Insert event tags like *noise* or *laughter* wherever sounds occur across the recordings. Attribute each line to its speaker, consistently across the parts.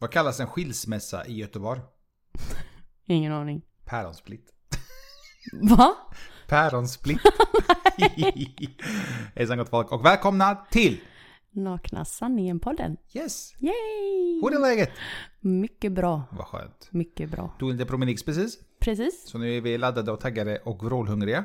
Speaker 1: Vad kallas en skilsmässa i Göteborg?
Speaker 2: Ingen aning.
Speaker 1: Päronsplitt.
Speaker 2: Va?
Speaker 1: Päronsplitt. *laughs* Hejsan gott folk och välkomna till
Speaker 2: Nakna sanningen-podden.
Speaker 1: Yes!
Speaker 2: Yay!
Speaker 1: Hur är läget?
Speaker 2: Mycket bra.
Speaker 1: Vad skönt.
Speaker 2: Mycket bra.
Speaker 1: Tog lite promenix precis.
Speaker 2: Precis.
Speaker 1: Så nu är vi laddade och taggade och vrålhungriga.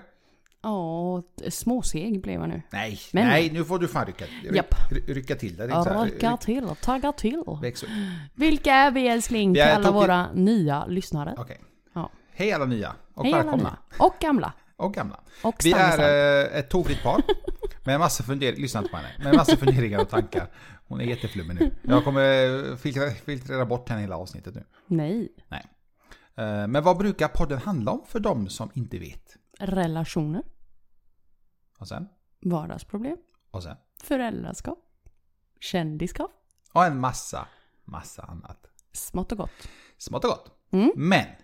Speaker 2: Ja, t- småseg blev jag nu.
Speaker 1: Nej,
Speaker 2: Men-
Speaker 1: nej, nu får du fan rycka, ry-
Speaker 2: Japp.
Speaker 1: ry- rycka till dig. Det är så här-
Speaker 2: Rökar till, taggar till.
Speaker 1: Väx upp.
Speaker 2: Vilka är vi älskling
Speaker 1: Vi
Speaker 2: till
Speaker 1: är
Speaker 2: alla
Speaker 1: Tokyo-
Speaker 2: våra nya lyssnare?
Speaker 1: Okej.
Speaker 2: Ja.
Speaker 1: Hej alla nya och
Speaker 2: Hej alla
Speaker 1: välkomna.
Speaker 2: nya. Och gamla.
Speaker 1: Och gamla.
Speaker 2: Och
Speaker 1: Vi
Speaker 2: stammisar.
Speaker 1: är eh, ett tokigt par. Med en massa funderingar, lyssna inte på henne, med en massa funderingar och tankar. Hon är jätteflummig nu. Jag kommer filtrera, filtrera bort henne hela avsnittet nu.
Speaker 2: Nej.
Speaker 1: Nej. Eh, Men vad brukar podden handla om för de som inte vet?
Speaker 2: Relationer.
Speaker 1: Och sen?
Speaker 2: Vardagsproblem.
Speaker 1: Och sen?
Speaker 2: Föräldraskap. Kändiskap.
Speaker 1: Och en massa, massa annat.
Speaker 2: Smått och gott.
Speaker 1: Smått och gott.
Speaker 2: Mm.
Speaker 1: Men!
Speaker 2: I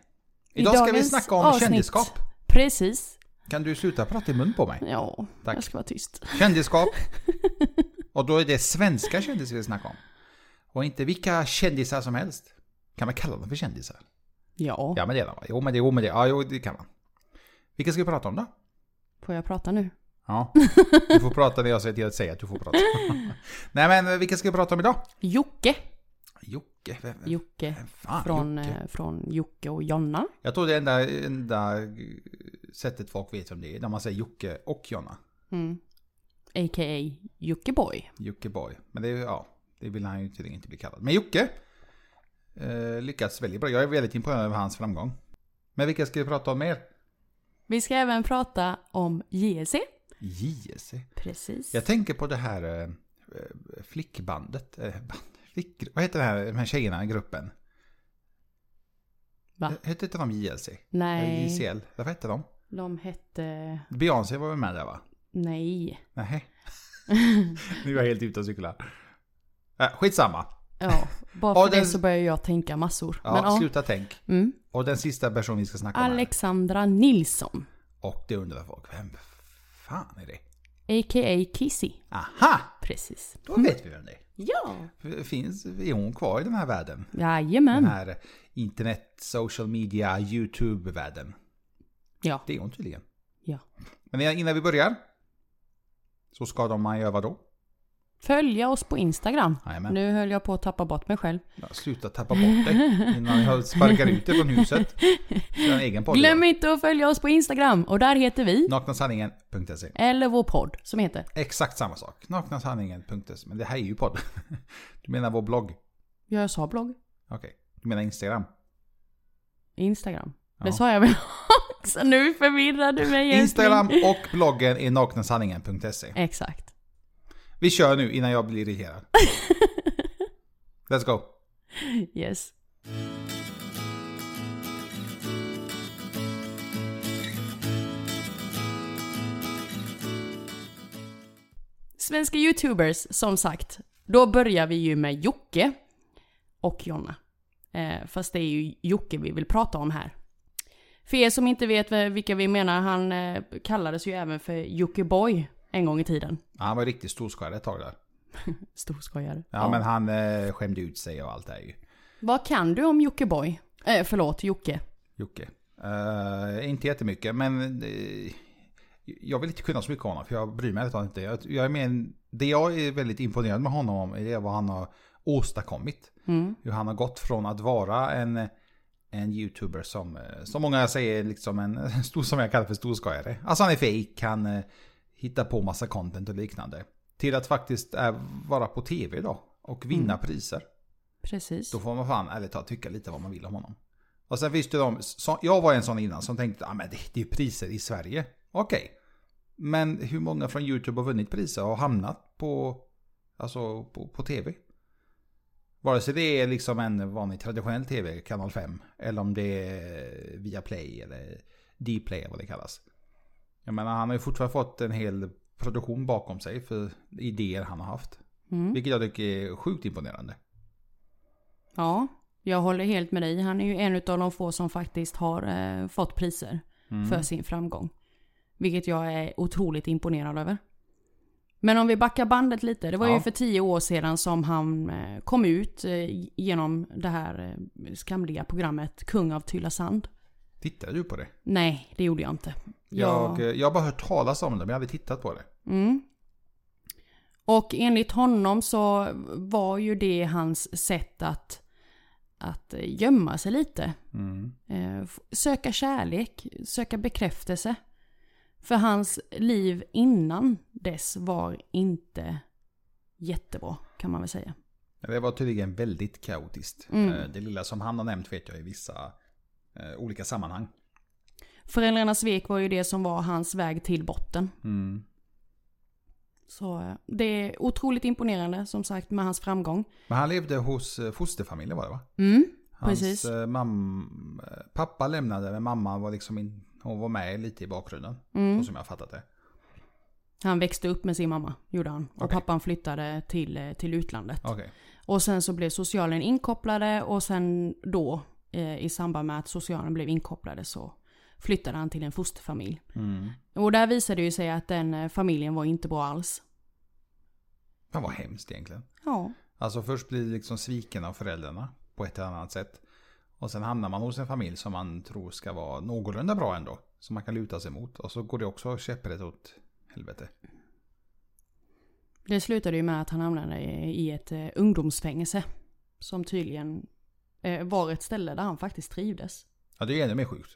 Speaker 1: Idag ska vi
Speaker 2: dagens
Speaker 1: snacka om
Speaker 2: avsnitt.
Speaker 1: kändisskap.
Speaker 2: Precis.
Speaker 1: Kan du sluta prata i mun på mig?
Speaker 2: Ja,
Speaker 1: Tack.
Speaker 2: jag ska vara tyst. *laughs*
Speaker 1: Kändisskap. Och då är det svenska kändisar vi snackar om. Och inte vilka kändisar som helst. Kan man kalla dem för kändisar?
Speaker 2: Ja.
Speaker 1: Ja men det är de va? Jo men det, jo men det, ja jo det kan man. Vilka ska vi prata om då?
Speaker 2: Får jag prata nu?
Speaker 1: Ja, *laughs* du får prata när jag säger till att säga att du får prata. Nej men eh, vilka ska vi prata om idag?
Speaker 2: Jocke.
Speaker 1: Jocke, vem, vem
Speaker 2: Jocke.
Speaker 1: fan
Speaker 2: Från,
Speaker 1: Jocke?
Speaker 2: eh, från Jocke och Jonna.
Speaker 1: Jag tror det enda, enda sättet folk vet om det är när man säger Jocke och Jonna.
Speaker 2: Mm. A.k.a. Jockeboy.
Speaker 1: Jockeboy. Men det, är- ja, det vill han ju tydligen inte bli kallad. Men Jocke eh, lyckats väldigt bra. Jag är väldigt imponerad över hans framgång. Men vilka ska vi prata om mer?
Speaker 2: Vi ska även prata om JLC.
Speaker 1: JSC.
Speaker 2: Precis.
Speaker 1: Jag tänker på det här eh, eh, flickbandet. Eh, band, flick, vad heter det här, de här tjejerna i gruppen?
Speaker 2: Va?
Speaker 1: Eh, Hette inte de JLC? Eh,
Speaker 2: Nej,
Speaker 1: JCL? Vad hette de?
Speaker 2: de hette...
Speaker 1: Beyoncé var väl med där va?
Speaker 2: Nej.
Speaker 1: Nej. *laughs* nu är jag helt ute och cyklar. Äh, skitsamma.
Speaker 2: *laughs* Ja, bara
Speaker 1: Ja,
Speaker 2: för det
Speaker 1: den-
Speaker 2: så börjar jag tänka massor.
Speaker 1: Ja,
Speaker 2: Men, ja.
Speaker 1: Sluta tänk.
Speaker 2: Mm.
Speaker 1: Och den sista personen vi ska snacka om här.
Speaker 2: Alexandra Nilsson.
Speaker 1: Och det undrar folk, vem fan är det?
Speaker 2: A.k.a. Kissy.
Speaker 1: Aha!
Speaker 2: Precis.
Speaker 1: Då vet vi vem det
Speaker 2: Ja.
Speaker 1: är. Finns, är hon kvar i den här världen? Den
Speaker 2: Jajamän.
Speaker 1: här internet, social media, YouTube-världen.
Speaker 2: Ja.
Speaker 1: Det är hon tydligen.
Speaker 2: ja.
Speaker 1: Men innan vi börjar så ska de man göra vadå?
Speaker 2: Följa oss på Instagram.
Speaker 1: Jajamän.
Speaker 2: Nu höll jag på att tappa bort mig själv.
Speaker 1: Ja, Sluta tappa bort dig innan jag sparkar ut dig från huset. Kör en egen podd.
Speaker 2: Glöm
Speaker 1: idag.
Speaker 2: inte att följa oss på Instagram och där heter vi
Speaker 1: Naknasanningen.se
Speaker 2: eller vår podd som heter
Speaker 1: Exakt samma sak. Naknasanningen.se Men det här är ju podd. *laughs* Du menar vår blogg?
Speaker 2: Ja, jag sa blogg.
Speaker 1: Okej. Du menar Instagram?
Speaker 2: Instagram.
Speaker 1: Ja.
Speaker 2: Det sa jag väl *laughs* också. Nu förvirrar du mig älskling.
Speaker 1: Instagram och bloggen är naknasanningen.se.
Speaker 2: Exakt.
Speaker 1: Vi kör nu innan jag blir
Speaker 2: *laughs*
Speaker 1: irriterad. Let's go.
Speaker 2: Yes. Svenska youtubers, som sagt. Då börjar vi ju med Jocke och Jonna. Eh, fast det är ju Jocke vi vill prata om här. För er som inte vet v- vilka vi menar, han eh, kallades ju även för Jockiboi en gång i tiden.
Speaker 1: Ja, Han var riktigt storskojare ett tag där.
Speaker 2: Storskojare.
Speaker 1: Ja, men han eh, skämde ut sig och allt det här ju.
Speaker 2: Vad kan du om Jockiboi? Eh, förlåt, Jocke.
Speaker 1: Jocke. Eh, inte jättemycket, men eh, jag vill inte kunna så mycket om honom, för jag bryr mig ärligt talat inte. Jag, jag är med, det jag är väldigt imponerad med honom om är det vad han har åstadkommit.
Speaker 2: Mm.
Speaker 1: Hur han har gått från att vara en, en YouTuber som, eh, som många säger, liksom en *laughs* stor, som jag kallar för storskojare. Alltså han är fake, han eh, hittar på massa content och liknande. Till att faktiskt eh, vara på tv idag och vinna priser.
Speaker 2: Precis.
Speaker 1: Då får man fan ärligt talat tycka lite vad man vill om honom. Och sen finns det de, så, jag var en sån innan som tänkte att ah, men det, det är ju priser i Sverige. Okej. Men hur många från YouTube har vunnit priser och hamnat på, alltså, på, på tv? Vare sig det är liksom en vanlig traditionell tv, kanal 5. Eller om det är via Play eller Dplay vad det kallas. Jag menar han har ju fortfarande fått en hel produktion bakom sig för idéer han har haft.
Speaker 2: Mm.
Speaker 1: Vilket jag tycker är sjukt imponerande.
Speaker 2: Ja, jag håller helt med dig. Han är ju en av de få som faktiskt har eh, fått priser för sin framgång. Vilket jag är otroligt imponerad över. Men om vi backar bandet lite. Det var ju
Speaker 1: Ja.
Speaker 2: för tio år sedan som han eh, kom ut eh, genom det här eh, skamliga programmet Kung av Tylösand.
Speaker 1: Tittade du på det?
Speaker 2: Nej, det gjorde jag inte.
Speaker 1: Jag, eh, jag har bara hört talas om det, men jag har aldrig tittat på det.
Speaker 2: Mm. Och enligt honom så var ju det hans sätt att, att eh, gömma sig lite.
Speaker 1: Mm.
Speaker 2: Eh, f- Söka kärlek, söka bekräftelse. För hans liv innan dess var inte jättebra kan man väl säga.
Speaker 1: Det var tydligen väldigt kaotiskt.
Speaker 2: Mm.
Speaker 1: Eh, Det lilla som han har nämnt vet jag i vissa eh, olika sammanhang.
Speaker 2: Föräldrarnas svek var ju det som var hans väg till botten.
Speaker 1: Mm.
Speaker 2: Så eh, det är otroligt imponerande som sagt med hans framgång.
Speaker 1: Men han levde hos eh, fosterfamiljen var det va?
Speaker 2: Mm,
Speaker 1: Hans
Speaker 2: Precis.
Speaker 1: eh, mam, eh, pappa lämnade men mamma var liksom in, hon var med lite i bakgrunden.
Speaker 2: mm.
Speaker 1: Så som jag har fattat det.
Speaker 2: Han växte upp med sin mamma, gjorde han. Och
Speaker 1: Okej.
Speaker 2: pappan flyttade till, eh, till utlandet.
Speaker 1: Okej.
Speaker 2: Och sen så blev socialen inkopplade och sen då eh, i samband med att socialen blev inkopplade så flyttade han till en fosterfamilj.
Speaker 1: Mm.
Speaker 2: Och där visade det ju sig att den eh, familjen var inte bra alls.
Speaker 1: Men vad hemskt egentligen.
Speaker 2: Ja.
Speaker 1: Alltså först blir det liksom sviken av föräldrarna på ett eller annat sätt. Och sen hamnar man hos en familj som man tror ska vara någorlunda bra ändå. Som man kan luta sig mot. Och så går det också käpprätt åt helvete.
Speaker 2: Det slutade ju med att han hamnade i i ett eh, ungdomsfängelse. Som tydligen eh, var ett ställe där han faktiskt trivdes.
Speaker 1: Ja, det är ju ännu mer sjukt.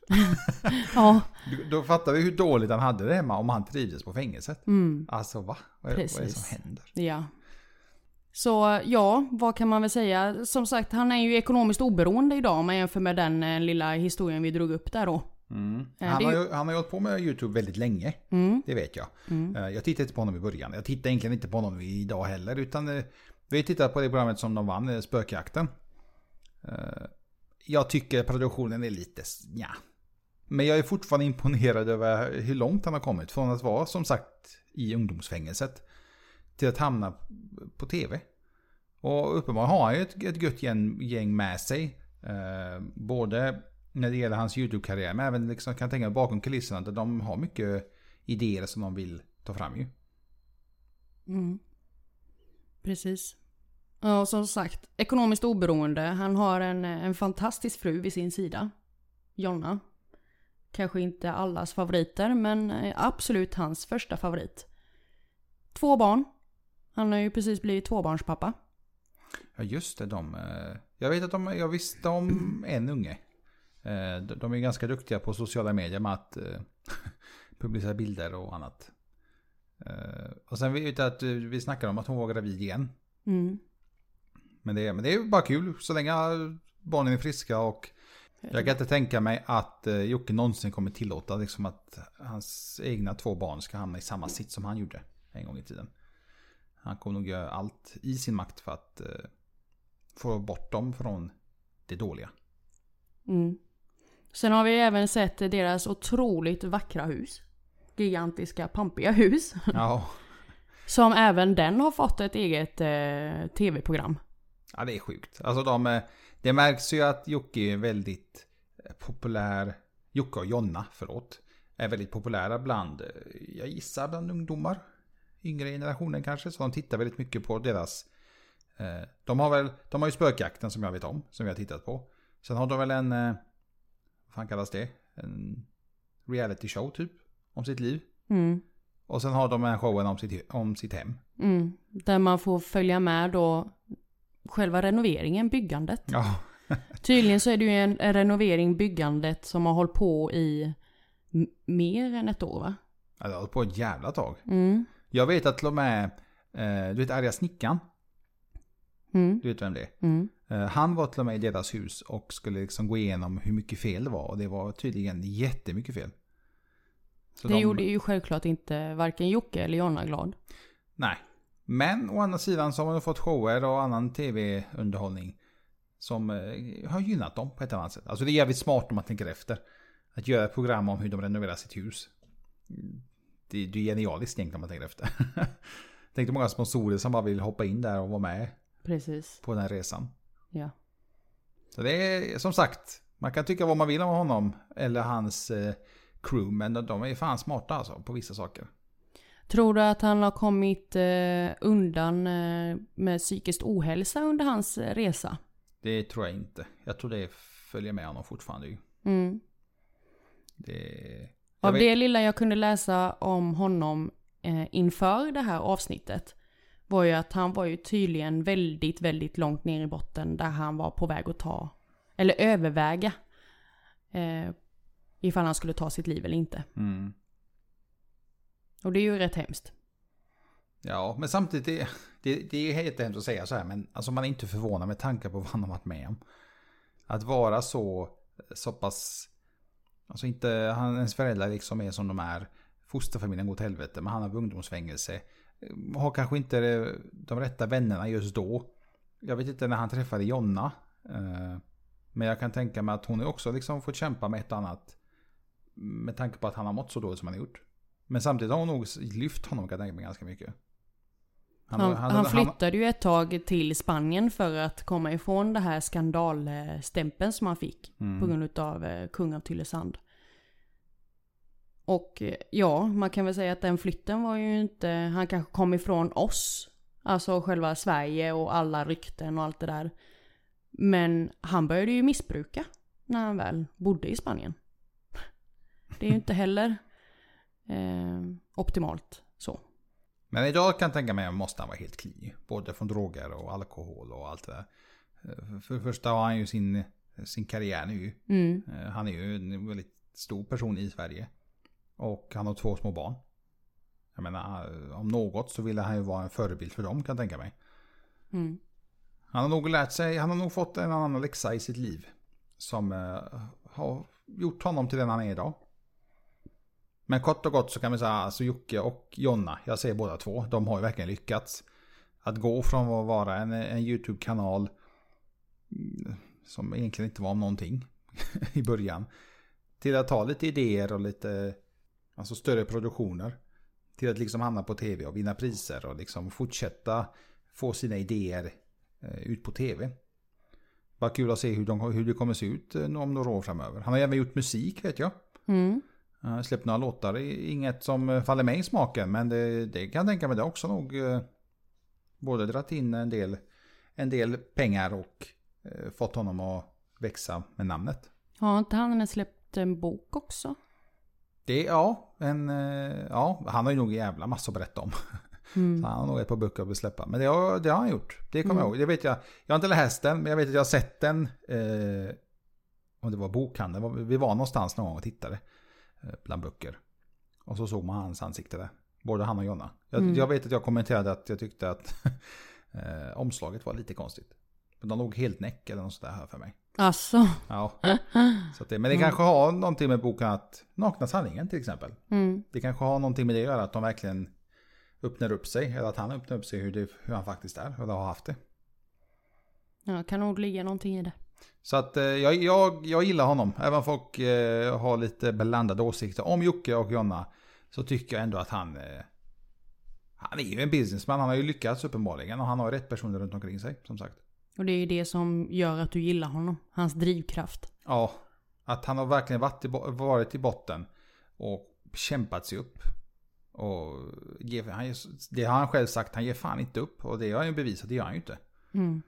Speaker 2: Ja,
Speaker 1: Du- Då fattar vi hur dåligt han hade det hemma om han trivdes på fängelset.
Speaker 2: mm,
Speaker 1: Alltså va? Vad är, vad är det
Speaker 2: Precis.
Speaker 1: som händer?
Speaker 2: ja. Så ja, vad kan man väl säga? Som sagt, han är ju ekonomiskt oberoende idag om man jämför med den eh, lilla historien vi drog upp där då.
Speaker 1: Mm.
Speaker 2: Ja,
Speaker 1: Han,
Speaker 2: det
Speaker 1: har
Speaker 2: är ju-
Speaker 1: ju, han har ju hållit på med YouTube väldigt länge.
Speaker 2: Mm.
Speaker 1: Det vet jag. Eh, Jag tittade inte på honom i början. Jag tittar egentligen inte på honom idag heller. Utan eh, vi har tittat på det programmet som de vann, eh, Spökjakten. Eh, Jag tycker produktionen är lite s- nja. Men jag är fortfarande imponerad över hur långt han har kommit. Från att vara som sagt i ungdomsfängelset. Till att hamna på tv. Och uppenbarligen har han ju ett, ett gött gäng, gäng med sig. Eh, både när det gäller hans YouTube-karriär men även liksom, kan jag tänka mig bakom kulisserna. Där de har mycket idéer som de vill ta fram ju.
Speaker 2: Mm. Precis. Ja, och som sagt, ekonomiskt oberoende. Han har en, en fantastisk fru vid sin sida. Jonna. Kanske inte allas favoriter, men eh, absolut hans första favorit. Två barn. Han har ju precis blivit tvåbarnspappa.
Speaker 1: Ja just det, de... eh, Jag vet att de... Jag visste om en unge. Eh, de- De är ganska duktiga på sociala medier med att eh, *laughs* publicera bilder och annat. Eh, Och sen vet jag att eh, vi snackade om att hon var gravid igen.
Speaker 2: Mm.
Speaker 1: Men det, men det är ju bara kul så länge barnen är friska och jag kan inte tänka mig att eh, Jocke någonsin kommer tillåta liksom att hans egna två barn ska hamna i samma sitt som han gjorde en gång i tiden. Han kommer nog göra allt i sin makt för att eh, få bort dem från det dåliga.
Speaker 2: Mm. Sen har vi även sett deras otroligt vackra hus. Gigantiska, pampiga hus. *laughs*
Speaker 1: Ja,
Speaker 2: Som även den har fått ett eget eh, tv-program.
Speaker 1: ja det är sjukt. Alltså de, eh, det märks ju att Jocke är väldigt eh, populär. Jocke och Jonna, förlåt. Är väldigt populära bland, eh, jag gissar bland ungdomar. Yngre generationen kanske. Så de tittar väldigt mycket på deras Eh, De har väl, de har ju spökjakten som jag vet om, som vi har tittat på. Sen har de väl en, eh, vad fan kallas det? En reality show typ, om sitt liv.
Speaker 2: Mm.
Speaker 1: Och sen har de en showen om sitt, om sitt hem.
Speaker 2: Mm, där man får följa med då själva renoveringen, byggandet.
Speaker 1: Ja,
Speaker 2: Tydligen så är det ju en, en renovering, byggandet som har hållit på i m- mer än ett år va?
Speaker 1: det har hållit på ett jävla tag.
Speaker 2: Mm.
Speaker 1: Jag vet att till och med, eh, du vet arga snickan?
Speaker 2: Mm.
Speaker 1: Du vet vem det är?
Speaker 2: Mm.
Speaker 1: Eh, Han var till och med i deras hus och skulle liksom gå igenom hur mycket fel det var. Och det var tydligen jättemycket fel. Så
Speaker 2: Det
Speaker 1: de-
Speaker 2: gjorde ju självklart inte varken Jocke eller Jonna glad.
Speaker 1: Nej. Men å andra sidan så har man ju fått shower och annan tv-underhållning som eh, har gynnat dem på ett annat sätt. Alltså det är jävligt smart om man tänker efter. Att göra ett program om hur de renoverar sitt hus. Det, det är genialiskt egentligen om man tänker efter. *laughs* Tänk dig många sponsorer som bara vill hoppa in där och vara med
Speaker 2: Precis,
Speaker 1: på den här resan.
Speaker 2: ja.
Speaker 1: Så det är som sagt, man kan tycka vad man vill om honom eller hans eh, crew. Men de är fan smarta alltså på vissa saker.
Speaker 2: Tror du att han har kommit eh, undan eh, med psykiskt ohälsa under hans eh, resa?
Speaker 1: Det tror jag inte. Jag tror det följer med honom fortfarande. ju.
Speaker 2: Mm.
Speaker 1: Det... jag
Speaker 2: Av
Speaker 1: vet-
Speaker 2: det lilla jag kunde läsa om honom eh, inför det här avsnittet var ju att han var ju tydligen väldigt, väldigt långt ner i botten där han var på väg att ta, eller överväga, eh, ifall han skulle ta sitt liv eller inte.
Speaker 1: Mm.
Speaker 2: Och det är ju rätt hemskt.
Speaker 1: Ja, men samtidigt, det, det, det är helt hemskt att säga så här, men alltså man är inte förvånad med tanke på vad han har varit med om. Att vara så, så pass, alltså inte, han, ens föräldrar liksom är som de är, fosterfamiljen går till helvete, men han har ungdomsfängelse. Eh, Har kanske inte de rätta vännerna just då. Jag vet inte när han träffade Jonna. eh, Men jag kan tänka mig att hon har också liksom fått kämpa med ett och annat. Med tanke på att han har mått så dåligt som han har gjort. Men samtidigt har hon nog lyft honom kan jag tänka mig ganska mycket.
Speaker 2: Han,
Speaker 1: har-
Speaker 2: han, flyttade ju ett tag till Spanien för att komma ifrån det här skandalstämpeln som han fick.
Speaker 1: Mm.
Speaker 2: på grund utav eh, kung av Tylösand. Och eh, ja, man kan väl säga att den flytten var ju inte, han kanske kom ifrån oss. Alltså själva Sverige och alla rykten och allt det där. Men han började ju missbruka när han väl bodde i Spanien. *laughs* Det är ju inte heller eh, optimalt så.
Speaker 1: Men idag kan jag tänka mig att måste han vara helt clean. Både från droger och alkohol och allt det där. Eh, För det första har han ju sin, sin karriär nu.
Speaker 2: Mm,
Speaker 1: Eh, Han är ju en väldigt stor person i Sverige. Och han har två små barn. Jag menar, eh, om något så ville han ju vara en förebild för dem kan jag tänka mig.
Speaker 2: mm.
Speaker 1: Han har nog lärt sig, han har nog fått en annan läxa i sitt liv. Som eh, har gjort honom till den han är idag. Men kort och gott så kan vi säga, alltså Jocke och Jonna, jag säger båda två, de har ju verkligen lyckats. Att gå från att vara en, en YouTube-kanal mm, som egentligen inte var om någonting *laughs* i början. Till att ta lite idéer och lite, alltså större produktioner. Till att liksom hamna på tv och vinna priser och liksom fortsätta få sina idéer eh, ut på tv. Bara kul att se hur, de, hur det kommer se ut eh, om några år framöver. Han har även gjort musik vet jag.
Speaker 2: Mm.
Speaker 1: Eh, Släppt några låtar, I- inget som eh, faller mig i smaken men det, det kan jag tänka mig det har också nog. eh, Både dratt in en del, en del pengar och eh, fått honom att växa med namnet.
Speaker 2: Har inte han släppt en bok också?
Speaker 1: Det, ja, en, eh, ja, han har ju nog en jävla massa att berätta om.
Speaker 2: Mm. Mm.
Speaker 1: Så han har nog ett par böcker att besläppa. Men det har, det har han gjort. Det kommer jag ihåg. Det vet jag. Jag har inte läst den, men jag vet att jag har sett den. Eh, om det var bokhandeln. Vi var någonstans någon gång och tittade. Eh, bland böcker. Och så såg man hans ansikte där. Både han och Jonna. Jag,
Speaker 2: Mm.
Speaker 1: jag vet att jag kommenterade att jag tyckte att *laughs* eh, omslaget var lite konstigt. Men de låg helt näck eller något sådär här för mig.
Speaker 2: Alltså.
Speaker 1: Ja.
Speaker 2: *laughs*
Speaker 1: Så att det, men
Speaker 2: Mm.
Speaker 1: det kanske har någonting med boken att... Nakna sanningen till exempel.
Speaker 2: Mm.
Speaker 1: Det kanske har någonting med det att göra, att de verkligen öppnar upp sig. Eller att han öppnar upp sig hur, det, hur han faktiskt är, eller har haft det.
Speaker 2: Ja, kan nog ligga någonting i det.
Speaker 1: Så att eh, jag, jag, jag gillar honom. Även om folk eh, har lite blandade åsikter om Jocke och Jonna. Så tycker jag ändå att han... Eh, han är ju en businessman, han har ju lyckats uppenbarligen. Och han har ju rätt personer runt omkring sig, som sagt.
Speaker 2: Och det är ju det som gör att du gillar honom. Hans drivkraft.
Speaker 1: Ja, att han har verkligen varit i, bo- varit i botten och kämpat sig upp. Och ge, han, ger- det har han själv sagt, han ger fan inte upp. Och det har han ju bevisat, det gör han ju inte.
Speaker 2: Mm.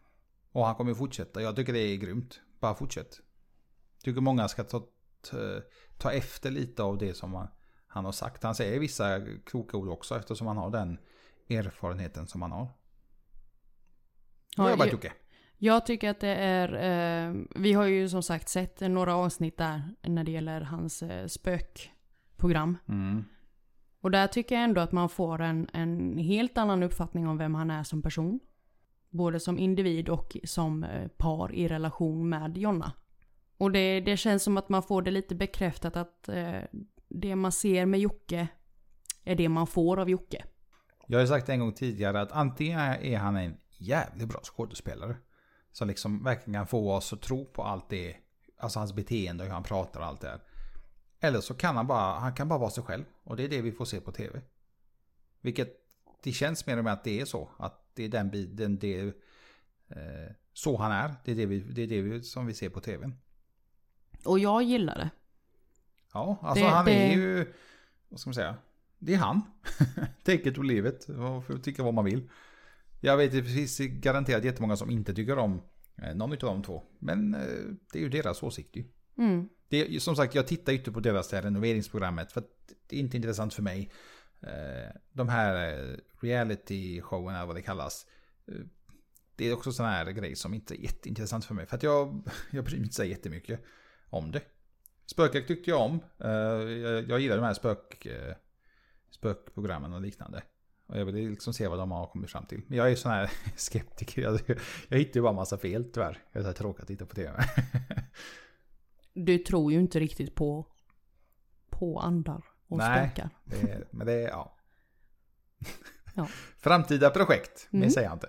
Speaker 1: Och han kommer ju fortsätta. Jag tycker det är grymt. Bara fortsätt. Tycker många ska ta, ta, ta efter lite av det som han, han har sagt. Han säger vissa kloka ord också eftersom han har den erfarenheten som han har.
Speaker 2: Ja,
Speaker 1: Ja, jag bara
Speaker 2: ju-
Speaker 1: Jocke.
Speaker 2: Jag tycker att det är... Eh, vi har ju som sagt sett några avsnitt där när det gäller hans eh, spökprogram.
Speaker 1: Mm.
Speaker 2: Och där tycker jag ändå att man får en, en helt annan uppfattning om vem han är som person. Både som individ och som eh, par i relation med Jonna. Och det, det känns som att man får det lite bekräftat att eh, det man ser med Jocke är det man får av Jocke.
Speaker 1: Jag har ju sagt en gång tidigare att antingen är han en jävligt bra skådespelare. Som liksom verkligen kan få oss att tro på allt det. Alltså hans beteende och hur han pratar och allt det här. Eller så kan han bara, han kan bara vara sig själv. Och det är det vi får se på tv. Vilket det känns mer och mer att det är så. Att det är den biten, det är eh, så han är. Det är det, vi, det är det vi, som vi ser på tv.
Speaker 2: Och jag gillar det.
Speaker 1: Ja, alltså
Speaker 2: Det-
Speaker 1: han
Speaker 2: det-
Speaker 1: är ju, vad ska man säga? Det är han. *laughs* Take it or leave it. Man får tycka vad man vill. Jag vet, det finns garanterat jättemånga som inte tycker om eh, någon av de två. Men eh, det är ju deras åsikt ju.
Speaker 2: Mm.
Speaker 1: Det, som sagt, jag tittar ju inte på deras det här renoveringsprogrammet för att det är inte intressant för mig. Eh, De här eh, reality-showerna, vad det kallas. eh, Det är också sån här grej som inte är jätteintressant för mig. För att jag, *laughs* jag bryr mig inte så jättemycket om det. Spökjakt tyckte jag om. Eh, Jag, jag gillar de här spök, eh, spökprogrammen och liknande. Och jag vill liksom se vad de har kommit fram till. Men jag är ju sån här *laughs* skeptiker. Jag, jag hittar ju bara massa fel tyvärr. Jag är så här tråkig att titta på tv. *laughs*
Speaker 2: Du tror ju inte riktigt på, på andar och
Speaker 1: Nej.
Speaker 2: spökar.
Speaker 1: Det är, men det är, ja.
Speaker 2: Ja.
Speaker 1: *laughs* Framtida projekt, men
Speaker 2: Mm.
Speaker 1: säger jag inte.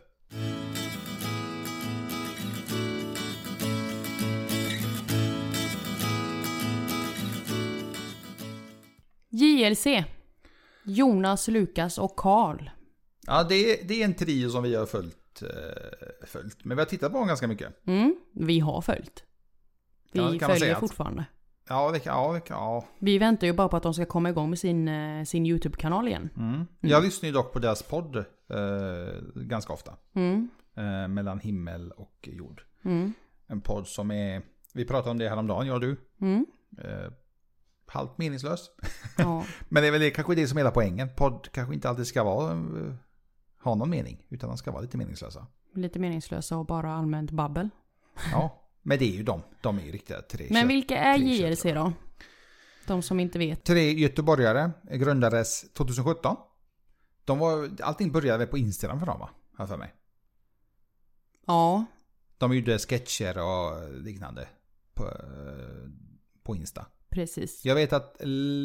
Speaker 2: JLC. Jonas, Lukas och Karl.
Speaker 1: Ja, det är, det är en trio som vi har följt, eh, följt. Men vi har tittat på dem ganska mycket.
Speaker 2: Mm, vi har följt. Vi
Speaker 1: Ja, det kan man
Speaker 2: följer
Speaker 1: säga att-
Speaker 2: fortfarande.
Speaker 1: Ja, det kan, ja, det kan, ja.
Speaker 2: Vi väntar ju bara på att de ska komma igång med sin, eh, sin YouTube-kanal igen.
Speaker 1: Mm. Jag lyssnar ju dock på deras podd eh, ganska ofta.
Speaker 2: Mm,
Speaker 1: Eh, mellan himmel och jord.
Speaker 2: mm,
Speaker 1: En podd som är, vi pratade om det häromdagen, jag och du.
Speaker 2: mm.
Speaker 1: Eh, halvt meningslös.
Speaker 2: Ja.
Speaker 1: Men det är väl det, kanske det som är hela poängen. Podd kanske inte alltid ska vara, eh, ha någon mening. Utan de ska vara lite meningslösa.
Speaker 2: Lite meningslösa och bara allmänt babbel.
Speaker 1: Ja, men det är ju de. De är ju riktiga tre
Speaker 2: Men vilka är
Speaker 1: tre
Speaker 2: JLC då? De som inte vet.
Speaker 1: Tre göteborgare grundades 2017. De var, allting började väl på Instagram för dem va? Har jag för mig.
Speaker 2: Ja,
Speaker 1: De gjorde sketcher och liknande på, eh, på Insta.
Speaker 2: precis.
Speaker 1: Jag vet att